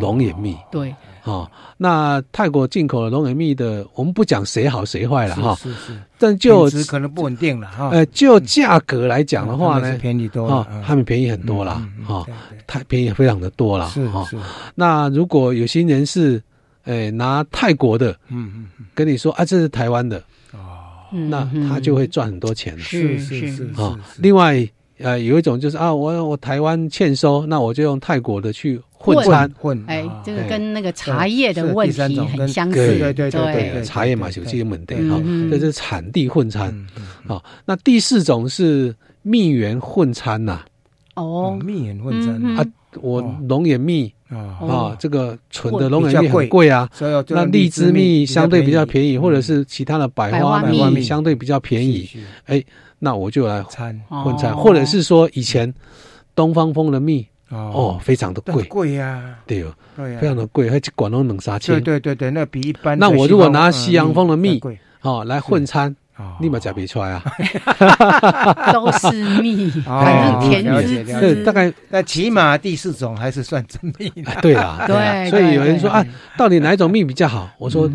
S6: 龙眼蜜。
S2: 对。
S6: 哦，那泰国进口的龙眼蜜的，我们不讲谁好谁坏了哈，
S3: 是是，
S6: 但就
S3: 值可能不稳定了哈。
S6: 呃，就价格来讲的话
S3: 嗯他们嗯
S6: 呢，
S3: 是便宜多了
S6: 啊，他们便宜很多啦，哈，太便宜非常的多啦，
S3: 是
S6: 哈
S3: 是。
S6: 那如果有些人是，呃，拿泰国的，
S3: 嗯嗯，
S6: 跟你说啊，这是台湾的，
S2: 嗯
S6: 那他就会赚很多钱了，
S3: 是是是
S6: 啊。另外，呃，有一种就是啊，我我台湾欠收，那我就用泰国的去混餐，
S3: 混，
S2: 哎，这个跟那个茶叶的问题很相似，
S6: 对
S2: 对对，
S6: 茶叶嘛，有些门店
S2: 对
S6: 哈
S2: 嗯，
S6: 这是产地混餐。好，那第四种是蜜源混餐呐，
S2: 哦，
S3: 蜜眼混针
S6: 啊，我龙眼蜜
S3: 啊
S6: 啊，这个纯的龙眼蜜很贵啊，
S3: 所以要
S6: 那荔枝蜜相对比较便宜，或
S3: 嗯
S6: 嗯者是其他的百花蜜相对比较便宜，哎，那我就来
S3: 掺
S6: 混餐，
S3: 哦
S6: 或者是说以前东方风的蜜
S3: 哦
S6: 哦，非常的
S3: 贵
S6: 贵，
S3: 贵呀，
S6: 对哦，
S3: 对呀，
S6: 非常的贵，它一管都能杀千
S3: 对，对对对，那比一般
S6: 那
S3: 的
S6: 我
S3: 西
S6: 如果
S3: 方
S6: 拿
S3: 呃
S6: 西洋风的
S3: 更
S6: 蜜
S3: 贵，哦
S6: 哦来混餐，立马夹别出来啊，
S2: 都是 蜜，
S3: 哦
S2: 反正甜
S3: 了
S2: 滋
S3: 解了解
S2: 滋。
S6: 概
S3: 那起码第四种还是算真蜜的。
S6: 对啦，啦
S2: 对
S6: 所以有人
S2: 对嗯
S6: 说啊，到底哪一种蜜比较好？我说，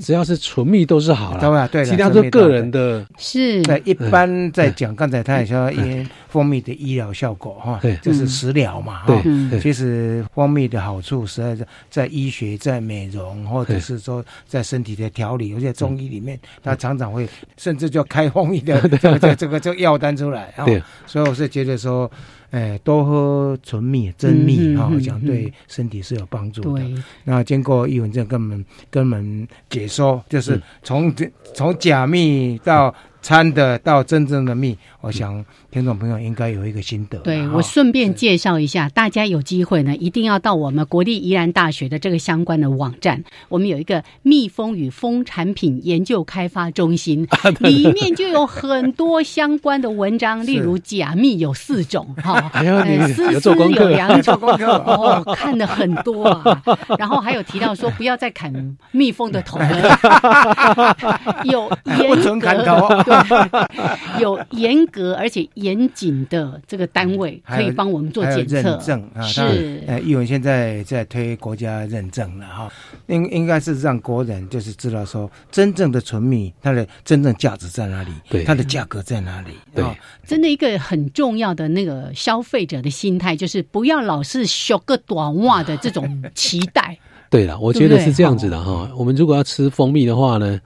S6: 只要是纯蜜都是好
S3: 当然
S6: 了，
S3: 对啦
S6: 其他都个人的。嗯
S2: 是
S3: 对，一般在讲，刚才他也说，因为蜂蜜的医疗效果哈
S6: 对，
S3: 就是食疗嘛哈
S6: 对嗯。对
S3: 其实蜂蜜的好处实在是在医学、在美容，或者是说在身体的调理，而且中医里面，他常常会甚至就开蜂蜜 的这个这个这个这个药单出来啊
S6: 对。
S3: 所以我是觉得说，哎，多喝纯蜜、真
S2: 嗯
S3: 蜜哈，我讲对身体是有帮助的。
S2: 对，
S3: 那经过易文正跟我们跟我们解说，
S2: 嗯
S3: 就是从、从假蜜到掺的到真正的蜜，我想听众朋友应该有一个心得啦。
S2: 嗯
S3: 哦
S2: 对
S3: 哈
S2: 我顺便介绍一下，大家有机会呢，一定要到我们国立宜兰大学的这个相关的网站，我们有一个蜜蜂与蜂产品研究开发中心，
S6: 啊
S2: 里面就有很多相关的文 章，例如假蜜有四种哈，
S6: 哎呦，
S2: 呃
S6: 你有
S2: 丝丝
S6: 做功
S2: 有
S6: 课，
S2: 两种，哦，看的很多啊，然后还有提到说不要再砍蜜蜂的头了， 有严格
S3: 不准砍头哦
S2: 对，有严格而且严谨的这个单位可以帮我们做
S3: 嗯还有
S2: 检测
S3: 认证啊。当然
S2: 是，
S3: 呃，艺文现在在推国家认证了哈，应应该是让国人就是知道说，真正的纯米它的真正价值在哪里，
S6: 对
S3: 它的价格在哪里。
S6: 对
S3: 啊
S2: 真的一个很重要的那个消费者的心态，就是不要老是修个短袜的这种期待。
S6: 对了，我觉得是这样子的哈。我们如果要吃蜂蜜的话呢，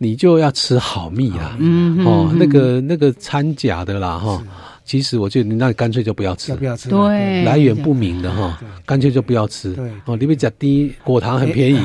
S6: 你就要吃好蜜啦。
S2: 嗯
S6: 哦，
S2: 嗯
S6: 那个那个掺假的啦哈。其实我觉得你那干脆就不要吃
S3: 要，不要吃？
S2: 对
S6: 来源不明的哈，干脆就不要吃。
S3: 对
S6: 哦，里面假低果糖很便宜，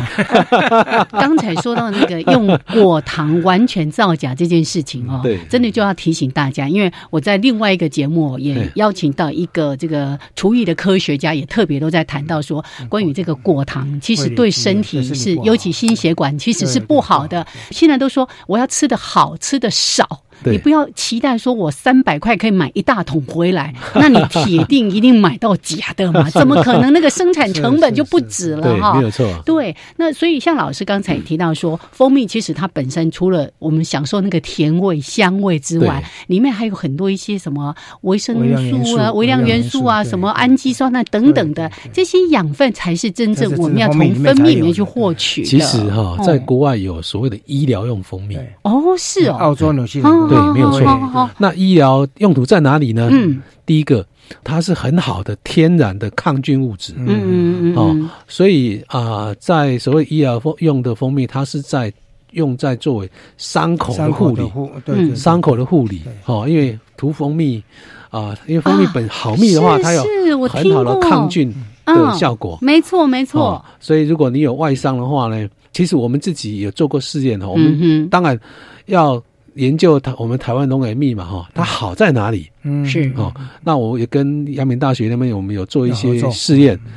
S2: 刚才说到那个用果糖完全造假这件事情哦，
S6: 嗯对
S2: 真的就要提醒大家，因为我在另外一个节目也邀请到一个这个厨艺的科学家，也特别都在谈到说，关于这个果糖其实对身体
S3: 对
S2: 是
S3: 身体，不好
S2: 尤其心血管其实是不好的。现在都说我要吃的好，吃的少。
S6: 对
S2: 你不要期待说我三百块可以买一大桶回来，那你铁定一定买到假的嘛？怎么可能？那个生产成本就不止了
S6: 对，
S2: 哈。
S6: 没有错。
S2: 对，那所以像老师刚才也提到说，蜂蜜其实它本身除了我们享受那个甜味、香味之外，里面还有很多一些什么维生素啊、微
S3: 微
S2: 量
S3: 量元素
S2: 元素啊、
S3: 对
S2: 什么氨基酸啊等等的这些养分，才是真正
S3: 这是
S2: 我们要
S3: 这
S2: 从
S3: 是蜂蜜里
S2: 分
S3: 面才
S2: 泌里
S3: 有
S2: 面
S3: 的
S2: 去获取的。
S6: 其实哈，
S2: 哦
S6: 在国外有所谓的医疗用蜂蜜，
S2: 哦是哦，
S3: 澳洲、纽西兰都有
S6: 对，没有错。那医疗用途在哪里呢？
S2: 嗯，
S6: 第一个，它是很好的天然的抗菌物质。
S2: 嗯嗯嗯
S6: 哦，所以啊、呃在所谓医疗蜂用的蜂蜜，它是在用在作为伤口的
S3: 伤口
S6: 护
S3: 的
S6: 理
S3: 护，
S2: 嗯
S3: 对对对
S6: 伤口的护理。哦，因为涂蜂蜜啊、因为蜂蜜本好蜜的话，
S2: 啊是
S6: 它有
S2: 是我
S6: 很
S2: 听
S6: 好的
S2: 过
S6: 抗菌的
S2: 嗯
S6: 效果。
S2: 没错没错
S6: 哦，，所以如果你有外伤的话呢，其实我们自己也做过试验哈，我
S2: 嗯
S6: 们当然要研究台我们台湾龙眼蜜嘛
S2: 嗯
S6: 哈，它好在哪里？
S3: 嗯
S2: 是
S6: 哦，那我也跟阳明大学那边我们有做一
S3: 有合
S6: 些
S3: 作
S6: 试验，
S2: 嗯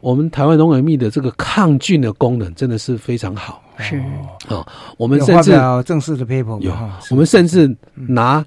S6: 我们台湾龙眼蜜的这个抗菌的功能真的是非常好
S2: 是
S6: 哦，我们
S3: 有
S6: 甚
S2: 啊
S3: 发
S6: 至
S3: 表正式的 paper
S6: 有
S3: 哈，
S6: 我们甚至
S2: 嗯
S6: 拿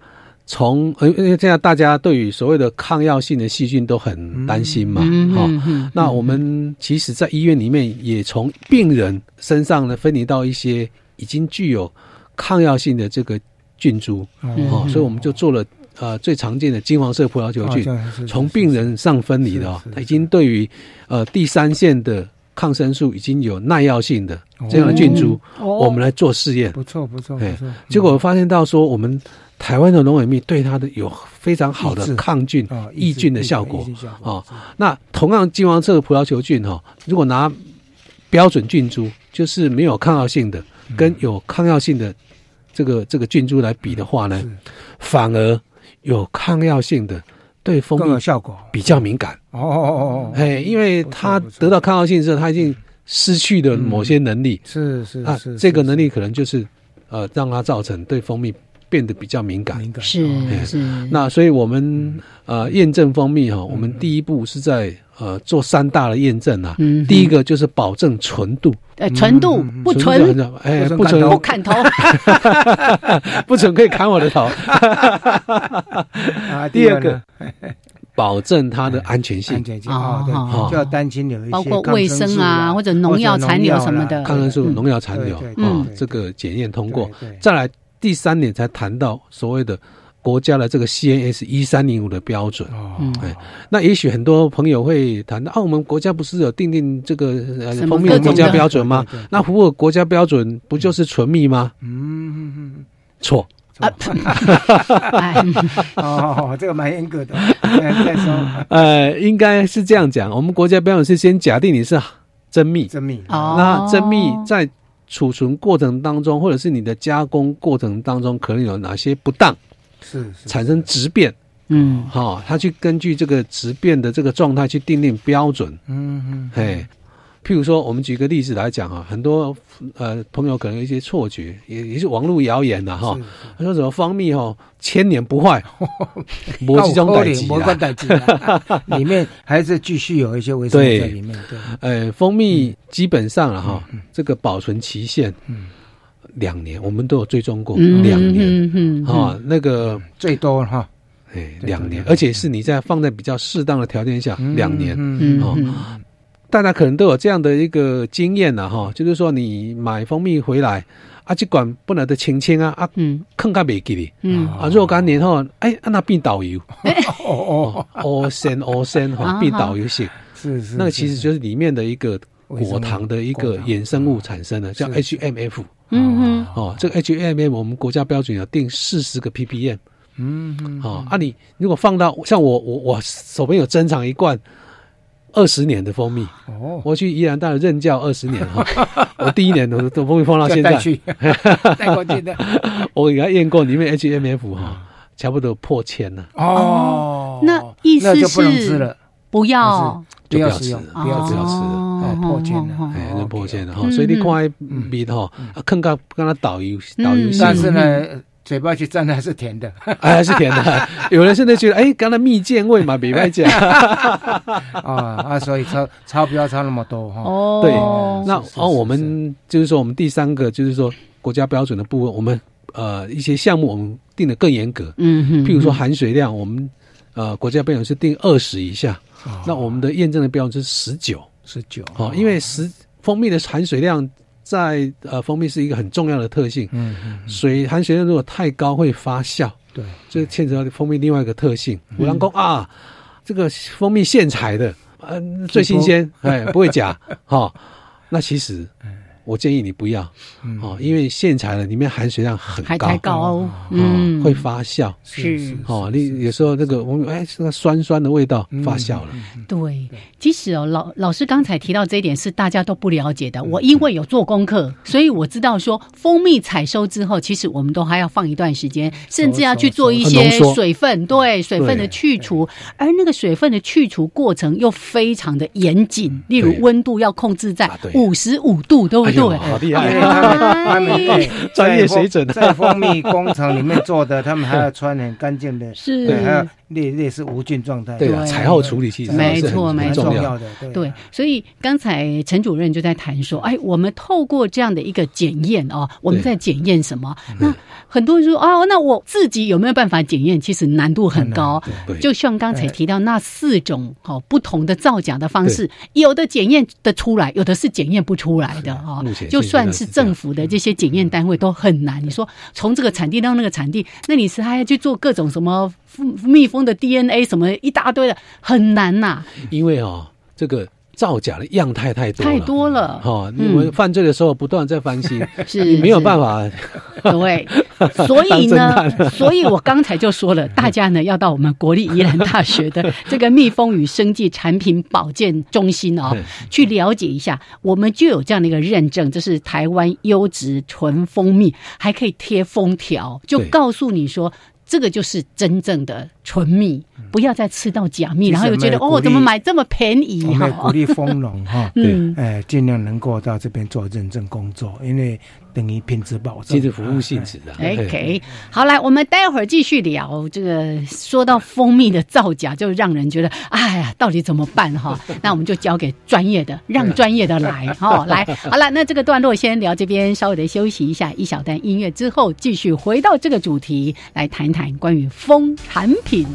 S6: 从呃，因为现在大家对于所谓的抗药性的细菌都很担心嘛，
S2: 嗯
S6: 哈、
S2: 嗯嗯
S6: 那我们其实，在医院里面也从病人身上呢分离到一些已经具有抗药性的这个菌株，
S3: 嗯
S6: 哦，所以我们就做了。呃，最常见的金黄色葡萄球
S3: 哦
S6: 菌
S3: 这样是，
S6: 从病人上分离的哦，它已经对于呃第三线的抗生素已经有耐药性的这样的菌株，
S3: 哦
S6: 我们来做试验。
S3: 不错不错不
S6: 哎
S3: 错，
S6: 结果发现到说，我们台湾的龙尾蜜对它的有非常好
S3: 抑制
S6: 的抗菌
S3: 哦、抑
S6: 抑
S3: 制
S6: 菌
S3: 抑
S6: 的
S3: 制
S6: 效果
S3: 抑制效果
S6: 哦。那同样金黄色的葡萄球菌哦，如果拿标准菌株，就是没有抗药性的，
S3: 嗯
S6: 跟有抗药性的这个这个菌株来比的话呢，反而有抗药性的对蜂
S3: 更有
S6: 蜜
S3: 效果
S6: 比较敏感。
S3: 哦哦哦哦，
S6: 哎，因为它得到抗药性之后，它已经失去了某些能力。
S3: 是嗯是
S6: 啊
S3: 是，，
S6: 这个能力可能就是呃，让它造成对蜂蜜变得比较敏
S3: 嗯
S6: 感。
S2: 是
S6: 哎
S2: 是，
S6: 那所以我们呃验证蜂蜜
S3: 嗯
S6: 哈，我们第一步是在呃做三大的验证啊。
S2: 嗯
S6: 第一个就是保证纯度，
S2: 呃，纯度不纯
S6: 就很，哎，
S2: 不
S6: 不纯
S2: 不砍头，
S6: 不准可以砍我的 头。
S3: 啊，
S6: 第
S3: 第二
S6: 二
S3: 个
S6: 个，保证它的安全性，
S3: 安全性啊，对，就要担心有一些
S2: 包括
S3: 抗
S2: 卫
S3: 生
S2: 生
S3: 素
S2: 啊或者农药残留
S3: 农
S2: 什么
S3: 啦
S2: 的
S6: 抗生素、
S2: 嗯
S6: 农药残留
S3: 对对对
S6: 啊
S3: 对，
S6: 这个检验通过。再来第三点才谈到所谓的国家的这个 CNS 一三零五的标准。
S3: 哦
S2: 嗯
S6: 哎，那也许很多朋友会谈到，啊，我们国家不是有定定这个呃
S2: 什么
S6: 蜂蜜的
S2: 各种
S6: 国家
S2: 的
S6: 标准吗
S3: 对对对？
S6: 那符合国家标准不就是纯蜜吗？
S3: 嗯，
S6: 错，
S2: 啊，哎
S3: 哦，这个蛮严格的。哎再 说
S6: 呃，应该是这样讲，我们国家标准是先假定你是真蜜，
S3: 真蜜，
S2: 哦
S6: 那真蜜在储存过程当中，或者是你的加工过程当中，可能有哪些不当
S3: 是是
S6: 产生质变？
S2: 嗯，
S6: 哈、他去根据这个质变的这个状态去定定标准。
S3: 嗯
S6: 嘿，譬如说，我们举个例子来讲啊，很多呃朋友可能有一些错觉，也也是网络谣言呐、哈
S3: 是是。
S6: 他说什么蜂蜜哈千年不 坏，
S3: 嗯，
S6: 没这种代
S3: 魔
S6: 志
S3: 关
S6: 啊。
S3: 代志啦，啊 里面还是继续有一些维生素在里面。对，
S6: 呃，蜂蜜基本上了、哈、这个保存期限
S3: 嗯
S6: 两年，我们都有追踪过
S2: 嗯
S6: 哦两年
S2: 嗯嗯嗯
S6: 啊，那个
S3: 最多了哈，
S6: 哎两年，而且是你在放在比较适当的条件下两年。
S3: 嗯
S2: 嗯
S6: 哦
S2: 嗯
S6: 大家可能都有这样的一个经验了哈，就是说你买蜂蜜回来啊，这管不能得清清啊啊，
S2: 嗯
S6: 坑咖袂给你
S2: 嗯，
S6: 啊，若干年后，哎，啊那变导游，
S3: 哦哦，
S6: 哦鲜哦鲜哈，变导游性，
S3: 是是，
S6: 那个其实就是里面的一个
S3: 维生素
S6: 果糖的一个衍生物产生的，叫
S3: 是是
S6: HMF
S2: 嗯
S6: 哦，这个 HMM 我们国家标准有定四十个 ppm
S3: 嗯
S6: 哦，啊你如果放到像我我我手边有珍藏一罐二十年的蜂蜜。
S3: 哦，
S6: 我去宜兰大学任教二十年哈，我第一年都都不会碰到现
S3: 带
S6: 在，
S3: 去带过去的
S6: 我给他验过，里面 HMF
S3: 嗯
S6: 哈，差不多破千了，
S3: 哦，
S2: 那意
S3: 那
S2: 思
S3: 就不能吃
S2: 是
S3: 了，
S2: 不要哦
S3: 不
S6: 就
S3: 要
S6: 不要
S3: 使
S6: 吃
S3: 用
S6: 了，，
S3: 不要
S6: 不
S3: 吃
S6: 要
S3: 了，
S6: 吃了，
S3: 哎，破千了，
S6: 哎，
S3: 哦嗯
S6: 那破千了哈
S2: 嗯，
S6: 所以你看蜜哈，啊更加跟他导游导游
S2: 嗯
S6: 性
S3: 但是呢，嘴巴去沾的还是甜 的。
S6: 哎是甜 的，有人甚至觉得哎，刚才蜜饯味嘛，别卖讲。
S3: 啊啊，所以超超不要超那么多哈。
S2: 哦，
S6: 对，那哦，我们就是说，我们第三个就是说国家标准的部分，我们呃一些项目我们定的更严格，
S2: 嗯哼
S6: 譬如说含水量，我们呃国家标准是定二十以下，
S3: 哦啊
S6: 那我们的验证的标准是十九，
S3: 十九
S6: 哦，因为十蜂蜜的含水量在呃蜂蜜是一个很重要的特性，
S3: 嗯嗯
S6: 水含水量如果太高会发酵，
S3: 对，
S6: 这牵扯到蜂蜜另外一个特性，
S2: 嗯
S6: 五郎公啊，这个蜂蜜 呃现采的，嗯、最新鲜，哎，不会假，哈、那其实我建议你不要
S2: 嗯
S6: 哦，因为现材的里面含水量很
S2: 还
S6: 高，哦
S2: 太高，嗯，
S6: 会发酵，
S2: 是
S3: 哎
S2: 嗯
S6: 哦，你有时候那个我们哎，这个酸酸的味道发酵了，
S2: 对，即使哦，老老师刚才提到这一点是大家都不了解的。我因为有做功课，所以我知道说蜂蜜采收之后，其实我们都还要放一段时间，甚至要去做一些
S6: 浓缩
S2: 水分，对水分的去除。而那个水分的去除过程又非常的严谨，例如温度要控制在五十五度，对不哦对？
S6: 哎好厉害啊哎
S3: 因为他们他们对
S6: 专业水准啊
S3: 在蜂在蜂蜜工厂里面做的，他们还要穿很干净的，
S2: 是
S3: 对，还要类类似无菌状态，
S6: 对啊，采后处理器
S2: 没错，没
S6: 蛮
S2: 错
S6: 重，
S3: 要的对
S6: 啊
S2: 对，所以刚才陈主任就在谈说，
S6: 嗯
S2: 哎，我们透过这样的一个检验哦，我们在检验什么？
S6: 嗯
S2: 那很多人说哦，那我自己有没有办法检验？其实难度很高
S6: 很难对，对
S2: 就像刚才提到那四种哦不同的造假的方式，有的检验的出来，有的是检验不出来的哦
S6: 啊目前。
S2: 就算是政府
S6: 嗯
S2: 的这些检验单位都很难，你说从这个产地到那个产地，那你是还要去做各种什么蜂蜜蜂的 DNA 什么一大堆的，很难呐、
S6: 因为哦，这个造假的样态太多了，
S2: 太多了。
S6: 哦，
S2: 嗯
S6: 你们犯罪的时候不断在翻新，
S2: 是
S6: 你没有
S2: 是
S6: 办法，
S2: 嗯对，所以
S6: 当侦探
S2: 呢，所以我刚才就说了，大家呢要到我们国立宜兰大学的 这个蜜蜂与生技产品保健中心哦
S6: 对，
S2: 去了解一下。我们就有这样的一个认证，这是台湾优质纯蜂蜜，还可以贴封条，就
S6: 对
S2: 告诉你说。这个就是真正的纯蜜，
S6: 嗯
S2: 不要再吃到假蜜，
S3: 其实
S2: 然后又觉得
S3: 我们也鼓
S2: 哦，
S3: 励
S2: 怎么买这么便宜
S3: 我
S2: 哈
S3: 们也？鼓励蜂农 哈，
S2: 嗯
S3: 哎，尽量能够到这边做认证工作，因为等于品质保证，啊
S6: 其实服务性质的。啊
S2: 哎 OK，好来，我们待会儿继续聊这个。说到蜂蜜的造假，就让人觉得，哎呀，到底怎么办 哈？那我们就交给专业的，让专业的来哈、来，好了，那这个段落先聊这边，稍微的休息一下，一小段音乐之后，继续回到这个主题来谈谈关于蜂产品。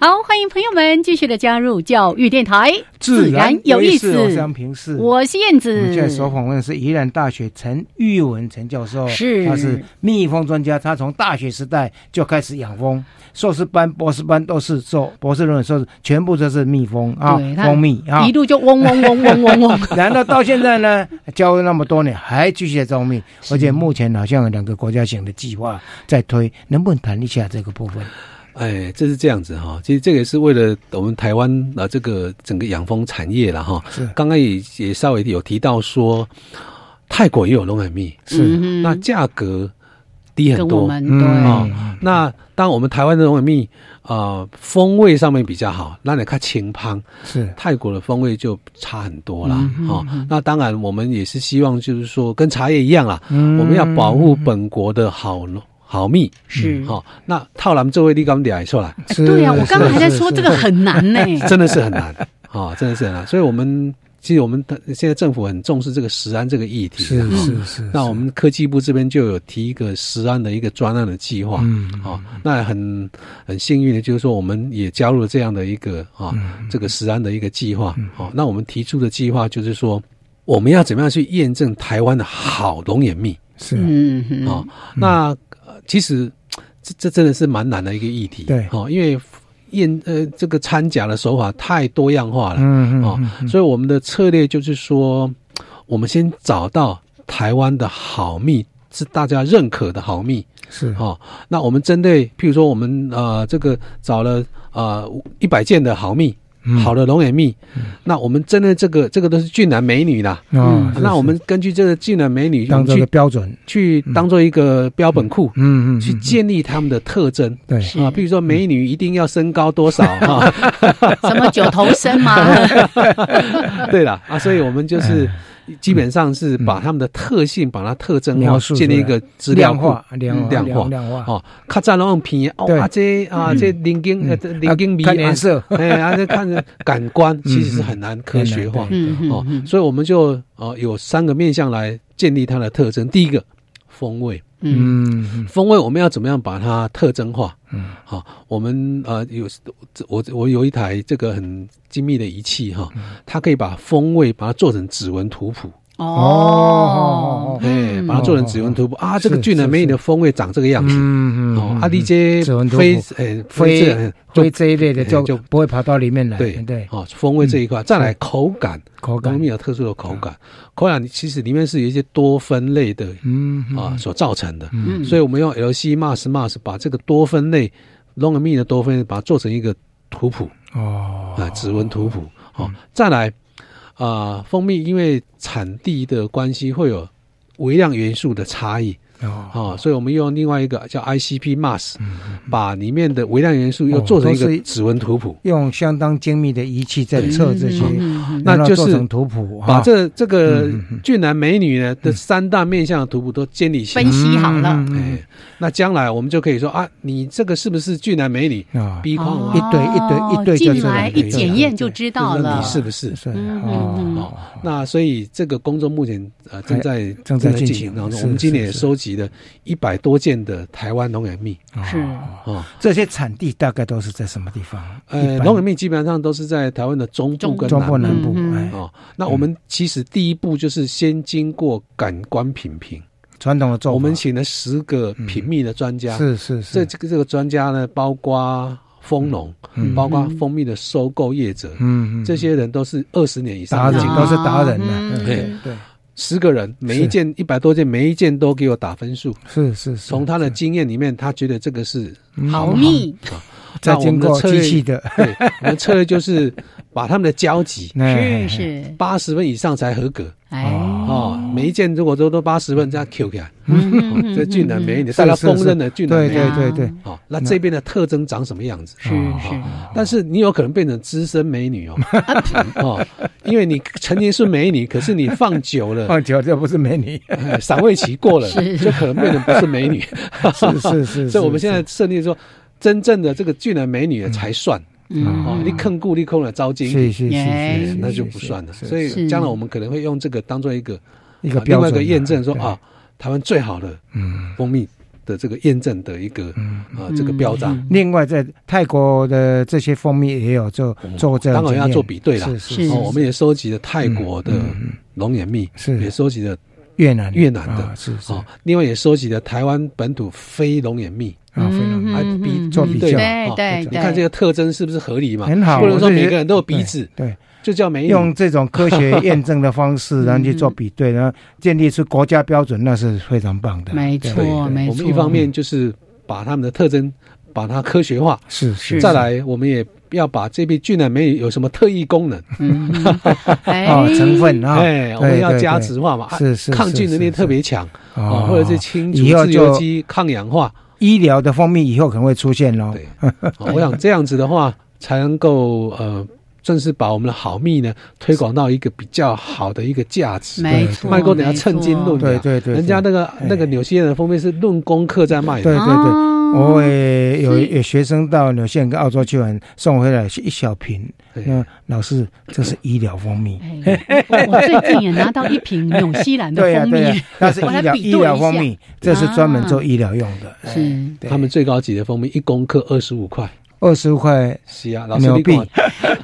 S2: 好，欢迎朋友们继续的加入教育电台，
S3: 自然
S2: 有意
S3: 思。我是
S2: 思
S3: 杨。平是，
S2: 我是燕
S3: 我们现在
S2: 子，
S3: 所访问的是宜兰大学陈玉文陈教授，
S2: 是
S3: 他是蜜蜂专家，他从大学时代就开始养蜂，硕士班、博士班都是做博士论文，硕士全部都是蜜蜂啊
S2: 对，他
S3: 蜂蜜啊
S2: 一。路就嗡嗡嗡嗡嗡嗡。
S3: 然后到现在呢，教了那么多年，还继续在招蜜，而且目前好像有两个国家型的计划在推，能不能谈一下这个部分？
S6: 哎，这是这样子哈、其实这个也是为了我们台湾啊、这个整个养蜂产业了哈、
S3: 是
S6: 刚刚也也稍微有提到说，泰国也有龙眼蜜，
S3: 是
S2: 嗯
S6: 那价格低很
S2: 跟
S6: 多
S2: 我。们
S3: 嗯
S2: 对、
S3: 哦
S6: 那当我们台湾的龙眼蜜，呃，风味上面比较好，那你看清汤，
S3: 是
S6: 泰国的风味就差很多啦。
S2: 嗯哼
S6: 哦
S2: 嗯哼，
S6: 那当然我们也是希望，就是说跟茶叶一样啦，
S3: 嗯
S6: 我们要保护本国的好好蜜。
S3: 嗯
S2: 是
S6: 好、那套蓝这位你刚点出来，
S2: 哎对呀、
S6: 啊
S2: 我刚刚还在说这个很难呢、
S3: 嗯
S6: 真的是很难 啊、真的是很难。所以我们其实我们的现在政府很重视这个食安这个议题，
S3: 是
S6: 啊
S3: 是是，
S6: 那我们科技部这边就有提一个食安的一个专案的计划，
S3: 嗯
S6: 哦，那很很幸运的就是说，我们也加入了这样的一个啊、
S3: 嗯
S6: 这个食安的一个计划，哦，那我们提出的计划就是说，我们要怎么样去验证台湾的好龙眼蜜
S3: 是
S2: 嗯哼
S6: 啊、哦那、呃其实这这真的是蛮难的一个议题，
S3: 对
S6: 哦，因为验呃这个掺假的手法太多样化了，
S3: 嗯
S6: 哦，所以我们的策略就是说，我们先找到台湾的好蜜，是大家认可的好蜜。
S3: 是
S6: 哦，那我们针对，譬如说我们呃这个找了呃一百件的好蜜，
S3: 嗯
S6: 好
S3: 哦
S6: 的龙眼蜜，那我们真的这个这个都是俊男美女啦。
S3: 嗯是
S6: 那我们根据这个俊男美女
S3: 当
S6: 我们
S3: 做
S6: 去
S3: 个标准，
S6: 去当做一个标本库，
S3: 嗯嗯嗯嗯
S6: 去建立他们的特征，
S3: 对
S6: 啊，比如说美女一定要身高 多少啊哈，
S2: 什么九头身吗？
S6: 对了啊，所以我们就是
S3: 哎
S6: 基本上是把他们的特性，把它特征
S3: 嗯描
S6: 化，
S3: 述出来
S6: 建立一个资料库
S3: 量化量化
S6: 嗯量化
S3: 量量化
S6: 哦，较早拢用片哦
S3: 对
S6: 啊这啊
S3: 嗯
S6: 这林经呃这林经米
S3: 看脸色
S6: 哎啊这看着感官其实是很难科学化
S3: 嗯嗯
S6: 哦
S3: 嗯，
S6: 所以我们就呃有三个面向来建立它的特征，第一个风味。
S3: 嗯
S6: 风味我们要怎么样把它特征化？
S3: 嗯，
S6: 好，我们呃有我我有一台这个很精密的仪器哈，
S3: 嗯
S6: 它可以把风味把它做成指纹图谱。
S3: 哦，
S6: 哎，把它做成指纹图谱啊，这
S3: 嗯
S6: 个
S3: 是
S6: 俊男美女的风味长这个样子。
S3: 嗯嗯
S6: 哦
S3: 嗯，
S6: 啊
S3: 嗯
S6: ，DJ
S3: 指纹图谱
S6: 非哎非这
S3: 非
S6: 哎
S3: 非这一类的
S6: 哎
S3: 就
S6: 就
S3: 不会跑到里面来，
S6: 对
S3: 对，嗯
S6: 哦，风味这一块，再来口感，
S3: 口感
S6: 我们有特殊的
S3: 嗯
S6: 口感，口感其实里面是有一些多酚类的
S3: 嗯
S6: 啊所造成的，
S3: 嗯
S6: 所以我们用 LC MAS MAS 把这个多酚类 long and m e 的多酚类把它做成一个图谱
S3: 哦嗯
S6: 啊，指纹图谱哦，再来啊，蜂蜜因为产地的关系会有微量元素的差异。
S3: 哦，嗯
S6: 啊、所以我们用另外一个叫 ICP MAS，、把里面的微量元素又做成一
S3: 哦都
S6: 个
S3: 是
S6: 指纹图谱，
S3: 用相当精密的仪器在测这些
S6: 对嗯嗯嗯，
S3: 然
S6: 那
S3: 后
S6: 就是
S3: 做成图谱，
S6: 把
S3: 啊
S6: 这这个
S3: 嗯
S6: 俊男美女呢的三大面向的图谱都建立起来
S2: 分析好了
S3: 嗯嗯
S6: 哎，那将来我们就可以说啊，你这个是不是俊男美女
S3: 啊
S6: ？B 框
S2: 哦
S6: 我
S3: 一对一对一对就
S2: 进
S3: 出
S2: 来
S3: 对
S2: 一检验就知道
S6: 就是
S2: 了，
S6: 你是不是？
S3: 是
S2: 嗯
S3: 哦
S2: 嗯嗯
S6: 哦，那所以这个工作目前呃正在
S3: 正在进行
S6: 行当中，
S3: 是
S6: 我们今年
S3: 是
S6: 也
S3: 是
S6: 收集了一百多件的台湾龙眼蜜
S2: 是
S6: 哦。
S3: 这些产地大概都是在什么地方？
S6: 呃
S3: 一，般
S6: 龙眼蜜基本上都是在台湾的中部跟
S3: 中部
S6: 南
S3: 南部
S2: 嗯
S3: 哎
S6: 哦，那我们其实第一步就是先经过感官品评，
S3: 传统的做法，
S6: 我们请了十个品蜜的专家，
S3: 是是
S6: 这
S3: 是，
S6: 这个这个专家呢，包括蜂农，
S3: 嗯
S6: 包括蜂蜜的收购业者，
S3: 嗯嗯
S6: 这些人都是二十年以
S3: 达
S6: 上的
S3: 人
S6: 经
S3: 都
S6: 验，
S3: 是达人的，
S6: 嗯
S3: 嗯
S6: 对
S3: 对，
S6: 十个人，每一
S3: 是
S6: 件一百多件，每一件都给我打分数，
S3: 是是是，嗯
S6: 从他的经验里面，他觉得这 个是
S2: 好密，
S3: 再
S6: 那我
S3: 经
S6: 们的
S3: 过
S6: 策略
S3: 机器的
S6: 对，我们策略就是把他们的交集
S3: 哎
S2: 是是，
S6: 八十分以上才合格。
S2: 哎，
S6: 哦，每一件如果都都八十分，这样 Q 起来，哦这俊男美女，
S3: 嗯是
S6: 大家
S3: 是
S6: 公
S3: 是
S6: 认的俊男美
S3: 对
S6: 女。
S3: 对对对，
S6: 哦，那这边的特征长什么样子？
S2: 是是，
S3: 哦
S6: 但是你有可能变成资深 美女哦，哦，因为你曾经是美女，可是你放久了，
S3: 放哦久这不是美 女，
S6: 呃赏味期过了，
S2: 是
S6: 就可能变成不是美女。
S3: 是 是是，
S6: 所以我们
S3: 是
S6: 现在设定说，真正的这个俊男美女才算哦，你
S2: 嗯，
S6: 坑固你空了招金，
S3: 是是是
S2: 哎
S3: 是
S6: 哎
S3: 是，
S6: 那就不算了。
S3: 是
S6: 所以
S2: 是
S6: 将来我们可能会用这个当做一个
S3: 一个
S6: 啊另
S3: 标
S6: 外一
S3: 准
S6: 个
S3: 啊
S6: 验证，说
S3: 对
S6: 啊，台湾最好的
S3: 嗯。
S6: 蜂蜜的这个验证的一个啊这个标章。
S3: 另外，在泰国的这些蜂蜜也有做做这样
S6: 当然要
S3: 检验
S6: 做比对啦
S3: 是是嗯
S2: 是
S6: 哦，我们也收集了泰国的龙眼蜜，
S3: 是
S6: 也收集了
S3: 越南
S6: 越南的
S3: 啊是是
S6: 哦，另外也收集了台湾本土非龙眼蜜。
S3: 啊，非
S2: 嗯
S3: 常
S6: 啊，比
S3: 做比较
S6: 对
S2: 对对
S6: 你看
S2: 对
S6: 这个特征是不是合理嘛？
S3: 很好，
S6: 不能说
S3: 我是觉
S6: 每
S3: 得
S6: 个人都有鼻子，
S3: 对，
S6: 就叫没
S3: 对
S6: 有
S3: 用这种科学验证的方式，然后去做比对，然后建立出国家标准，那是非常棒的。
S2: 没
S3: 对
S2: 错没
S6: 我
S2: 错，
S6: 们一方面就是把他们的特征把它科学化，
S3: 是是
S6: 再来我们也要把这批俊男美女有什么特异功能，
S2: 嗯，哎
S3: 哦，成分啊，
S6: 哎，我们
S3: 对
S6: 要
S3: 对
S6: 加
S3: 对
S6: 持化嘛，啊
S3: 是是
S6: 抗菌能力特别
S3: 强。
S6: 强
S3: 哦
S6: 啊，或者是清除
S3: 以后
S6: 自由
S3: 就
S6: 基、抗氧化，
S3: 医疗的方面以后可能会出现喽。
S6: 对，哦我想这样子的话才能够呃。正是把我们的好蜜呢推广到一个比较好的一个价值，
S2: 没错，
S6: 卖过等下称斤论
S3: 对
S6: 两，
S3: 对对
S6: 人家那个
S3: 对
S6: 那个纽西兰的封面是论功课在卖
S3: 对
S6: 的，
S3: 对对，我也有有学生到纽西兰跟澳洲去玩，送回来是一小瓶。
S6: 对
S3: 那老师，这是医疗蜂蜜。
S2: 哎我我最近也拿到一瓶纽西兰的
S3: 对呀
S2: 蜂蜜
S3: 对呀，，那是
S2: 我
S3: 医
S2: 来
S3: 疗
S2: 比
S3: 医
S2: 对
S3: 疗
S2: 一
S3: 蜂
S2: 下
S3: 蜜，这是专门做医疗用的。哎
S2: 是
S3: 对
S6: 他们最高级的蜂蜜一公克二十五块，
S3: 二十块
S6: 是啊，老师
S3: 牛
S6: 你跟我
S3: 逼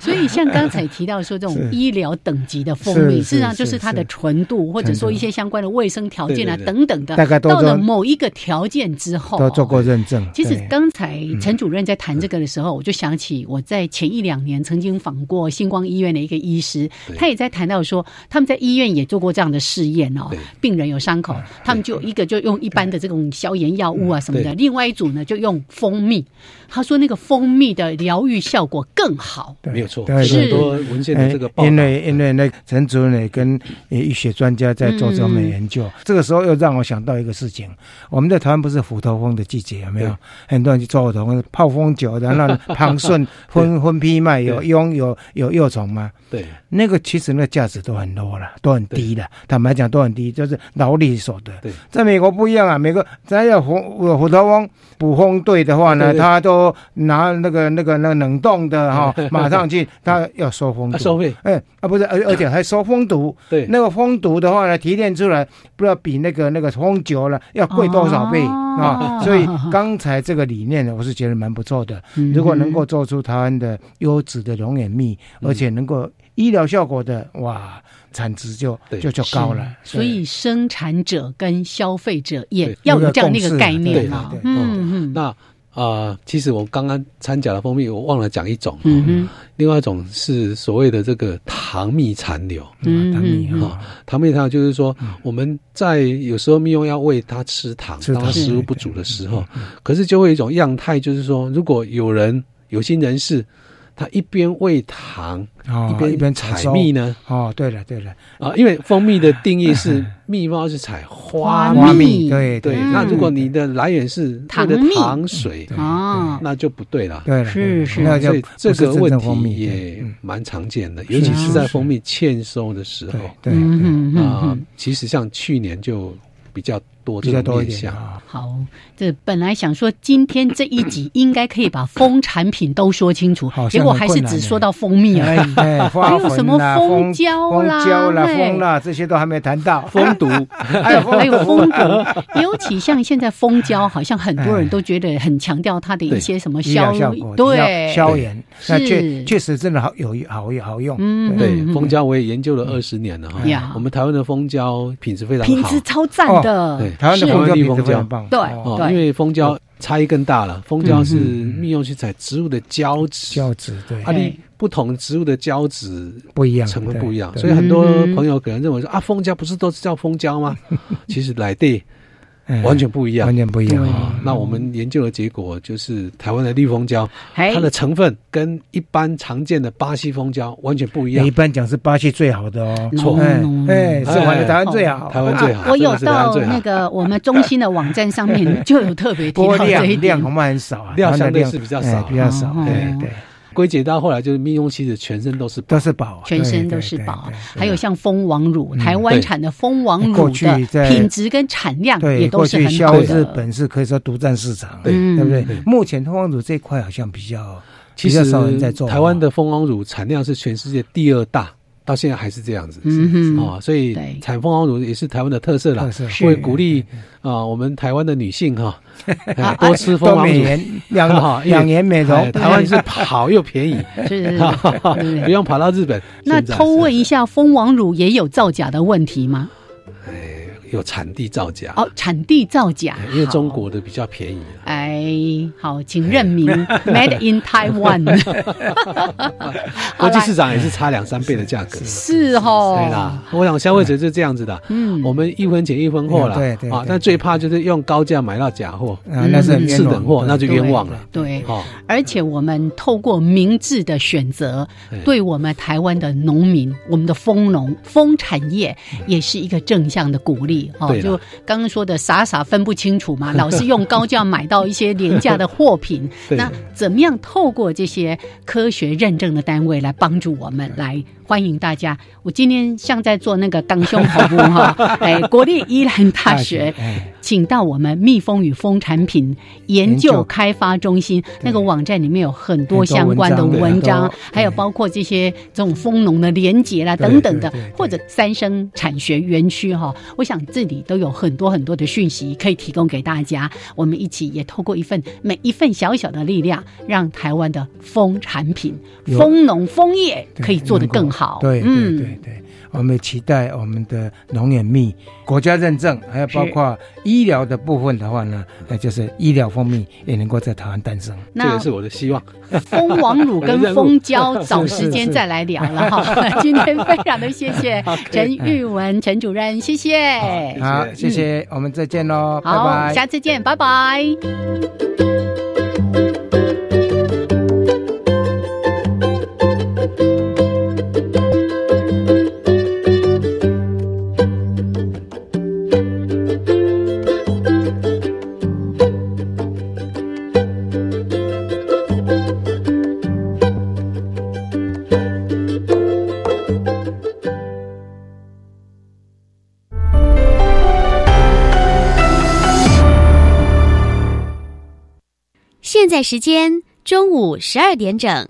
S2: 所以像刚才提到说这种
S3: 是
S2: 医疗等级的蜂蜜，
S3: 是是
S2: 事实上就是是它的
S3: 是
S2: 纯度，或者说一些相关的卫生条件啊
S6: 对对对
S2: 等等的，
S3: 大概都
S2: 到了
S3: 都
S2: 某一个条件之后，
S3: 都做过认证。
S2: 其实
S3: 对嗯
S2: 刚才陈主任在谈这个的时候，我就想起我在前一两年曾经访过星光医院的一个医师，他也在谈到说，他们在医院也做过这样的试验哦
S6: 对，
S2: 病人有伤口，他们就一
S3: 嗯
S2: 个就用一般的这种消炎药物啊什么的，
S6: 对
S2: 另外一组呢就用蜂蜜。他说那个蜂蜂蜜的疗愈效果更好。
S6: 没有错，
S3: 对
S6: 是哎
S3: 对
S6: 哦很多文献的这个报
S3: 因
S6: 道。
S3: 为因为那陈主任也跟呃医学专家在做这方面研究，这个时候又让我想到一个事情，我们在台湾不是虎头蜂的季节有没有
S6: 对？
S3: 很多人去做虎头蜂，泡蜂酒，然后旁顺分分批卖，有
S6: 对
S3: 蛹有有幼虫嘛，
S6: 对，
S3: 那个其实那价值都很 low 了，都很低了。坦白讲，都很低，就是劳力所得。
S6: 对，
S3: 在美国不一样啊，美国咱要虎呃虎头蜂捕蜂队的话呢，
S6: 对对
S3: 他都拿那个那个那个冷冻的哈、 马上去，他要收蜂毒，
S6: 啊收费
S3: 哎啊不是，而而且还收蜂毒。
S6: 对
S3: 那个蜂毒的话呢，提炼出来不知道比那个那个蜂酒呢要贵多少倍
S2: 哦
S3: 啊！所以刚才这个理念呢，我是觉得蛮不错的。
S2: 嗯
S3: 如果能够做出台湾的优质的龙眼蜜，
S6: 嗯
S3: 而且能够医疗效果的，哇，产值就就就高了。
S2: 所以生产者跟消费者也
S6: 对
S2: 要有这样的一个
S3: 啊
S2: 概
S6: 对
S2: 念
S6: 啦
S2: 嘛
S6: 对。
S2: 嗯嗯
S6: 那呃，其实我刚刚参加的蜂蜜，我忘了讲一种，
S2: 嗯
S6: 另外一种是所谓的这个糖蜜残留。
S2: 嗯
S3: 糖蜜
S2: 嗯
S3: 啊，
S6: 糖蜜糖就是说，我们在有时候蜜蜂要喂它嗯吃糖，
S3: 吃
S6: 当它
S3: 糖
S6: 食物不足的时候，可是就会有一种样态，就是说，如果有人有心人士，他一边喂糖，
S3: 哦
S6: 啊一边
S3: 一边采
S6: 采
S3: 收
S6: 蜜呢，
S3: 哦，对了对了，
S6: 啊，因为蜂蜜的定义 是蜜蜂是采花
S2: 花蜜
S3: 对
S6: 对，那如果你的来源是
S2: 糖
S6: 为了
S2: 蜜
S6: 糖水，
S3: 哦
S2: 啊，
S6: 那就不对了。
S3: 对了，
S2: 是是
S3: 那就
S6: 所以这
S3: 不是
S6: 个
S3: 真
S6: 问
S3: 正蜂
S6: 题
S3: 蜜对嗯
S6: 也哦蛮常见的，
S3: 是
S6: 尤其是在
S3: 是
S6: 蜂蜜欠收的时
S3: 对
S6: 候。
S3: 对对
S2: 嗯嗯
S6: 啊
S2: 嗯，，
S6: 其实像去年就比较多
S3: 比
S6: 这
S3: 较
S6: 种
S3: 多一
S6: 面
S3: 点
S6: 向。
S3: 啊。
S2: 好，这本来想说今天这一集应该可以把蜂产品都说清楚
S3: 好，像
S2: 结果
S3: 很
S2: 还
S3: 困
S2: 是
S3: 难
S2: 只
S3: 呢
S2: 说到蜂蜜而已。
S3: 哎，花
S2: 还有什
S3: 粉
S2: 么
S3: 啦、
S2: 蜂
S3: 蜂
S2: 胶
S3: 蜂
S2: 啦哎
S3: 胶啦、
S2: 嘿
S3: 蜂啦，这些都还没谈到。
S6: 蜂毒，
S3: 还有 蜂
S2: 还有 蜂毒，尤其像现在蜂胶，好像很多人都觉得很强调它的一些什么
S3: 医
S2: 消
S3: 疗效果，
S2: 对
S3: 要消炎，那确
S2: 是
S3: 确实真的好有好好用。
S2: 嗯
S6: 对
S2: 嗯嗯
S6: 蜂胶我也研究了二十年了
S2: 嗯呀
S6: 哈。我们台湾的蜂胶品质非常
S2: 品
S6: 好
S2: 质，超赞的，
S6: 哦对
S3: 台湾的
S2: 是
S3: 蜂胶
S6: 是
S3: 品质非常棒，
S2: 对
S3: 哦
S6: 哦，因为蜂胶差异更大了。蜂胶是
S3: 嗯嗯嗯
S6: 利用去采植物的胶质，
S3: 胶质对
S6: 啊，
S2: 对
S6: 你不同植物的胶质
S3: 不一样，
S6: 成分
S3: 对
S6: 不一样，
S3: 对
S6: 所以很多
S2: 嗯
S6: 朋友可能认为说啊，蜂胶不是都是叫蜂 胶吗？其实来对
S3: 哎
S6: 完全不一样
S3: 完。全不一样
S6: 啊
S3: 啊。
S6: 那我们研究的结果就是，台湾的绿蜂胶，
S2: 哎
S6: 它的成分跟一般常见的巴西蜂胶完全不一样
S3: 一。般讲是巴西最好的哦，
S2: 错
S3: 哎
S2: 嗯
S3: 哎，是我
S6: 哎
S3: 们台湾最好，啊
S6: 台湾最好，
S2: 我有
S6: 真的是台湾
S2: 到
S6: 最好
S2: 那个我们中心的网站上面就有特 别提
S3: 不
S2: 到
S3: 过
S2: 这
S3: 量
S2: 一点
S3: 量。恐怕很少啊，
S6: 量
S3: 台湾的
S6: 相对是比较少啊
S3: 哎比较少
S2: 哦，
S3: 对对，
S6: 归结到后来就是蜜蜂，其实全身都是
S3: 都是宝，啊
S2: 全身
S3: 对
S2: 都是宝，啊还
S3: 对对对
S2: 有像蜂王乳，
S3: 嗯
S2: 台湾
S6: 对
S2: 产的蜂王
S3: 哎
S2: 乳
S3: 过
S2: 的
S3: 去在
S2: 品质跟产量也
S3: 对，
S2: 都
S3: 过
S2: 是
S3: 去
S2: 很
S3: 销
S2: 好
S3: 日
S2: 的。
S3: 本是可以说独占市场，啊
S6: 对
S3: 对不对
S2: 嗯？
S3: 目前通王乳这一块好像比较
S6: 其
S3: 比较
S6: 实
S3: 少人在做，哦
S6: 台湾的蜂王乳产量是全世界第二大，到现在还是这样子。
S2: 嗯哼
S6: 啊，所以
S2: 对
S6: 产蜂王乳也是台湾的特色啦
S3: 特色，是
S6: 会鼓励啊我们台湾的女 性哈
S2: 啊
S6: 多吃蜂
S3: 都
S6: 王
S3: 美
S6: 乳。
S3: 颜两
S6: 哈
S3: 两年美
S6: 哎
S3: 容，
S6: 台湾是好又便宜，
S2: 是 是是对
S6: 不用跑到日本。
S2: 那
S6: 现在
S2: 偷问一下，蜂王乳也有造假的问题吗？
S6: 哎，有产地造假，
S2: 哦，产地造假
S6: 哎，因为中
S2: 好
S6: 国的比较便宜啊。
S2: 哎，好，请认 明 Made in Taiwan。
S6: 国际市场也是差两三倍的价格。
S2: 是哦，
S6: 对啦，我想消费者是这样子的，
S2: 嗯
S6: 我们一分钱一分货啦，
S3: 嗯对对
S6: 啊
S3: 对，
S6: 但最怕就是用高价买到假货，
S3: 啊，那是很冤
S6: 次
S3: 枉
S6: 等货，
S3: 对
S6: 那就
S2: 对
S6: 冤枉了。
S2: 对，
S6: 哦，
S2: 而且我们透过明智的选择，
S6: 对
S2: 对我们台湾的农民、我们的蜂农、蜂产业也是一个正向的鼓励哦。
S6: 嗯对啦
S2: 就刚刚说的，傻傻分不清楚 嘛，老是用高价买到一些廉价的货品。
S6: 对
S2: 那怎么样透过这些科学认证的单位来帮助我们来？欢迎大家！我今天像在做那个港胸跑步哈，哎，国立宜兰大学
S3: 哎
S2: 请到我们蜜蜂与蜂产品研究开发中心那个网站里面有很多相关的
S3: 很多
S2: 文
S3: 文章
S2: 章
S3: 对，
S2: 还有包括这些这种蜂农的连结啦
S3: 对
S2: 等等的
S3: 对对，对
S2: 或者三生产学园区哈，我想这里都有很多很多的讯息可以提供给大家。我们一起也透过一份每一份小小的力量，让台湾的蜂产品、
S3: 有
S2: 蜂农、蜂业
S3: 对
S2: 可以做得
S3: 能够
S2: 更好。嗯
S3: 对对对对，我们也期待我们的龙眼蜜国家认证，还有包括医疗的部分的话呢，那就是医疗蜂蜜也能够在台湾诞生。
S6: 这
S2: 那
S6: 个是我的希望。
S2: 蜂王乳跟蜂胶，找
S3: 是
S2: 时间再来聊了 哈。今天非常的谢谢陈玉文陈主任，谢谢。
S3: 好，谢
S6: 嗯
S3: 谢，我们再见喽，拜
S2: 好，
S3: 拜。
S2: 下次见，拜拜。
S15: 在时间中午十二点整。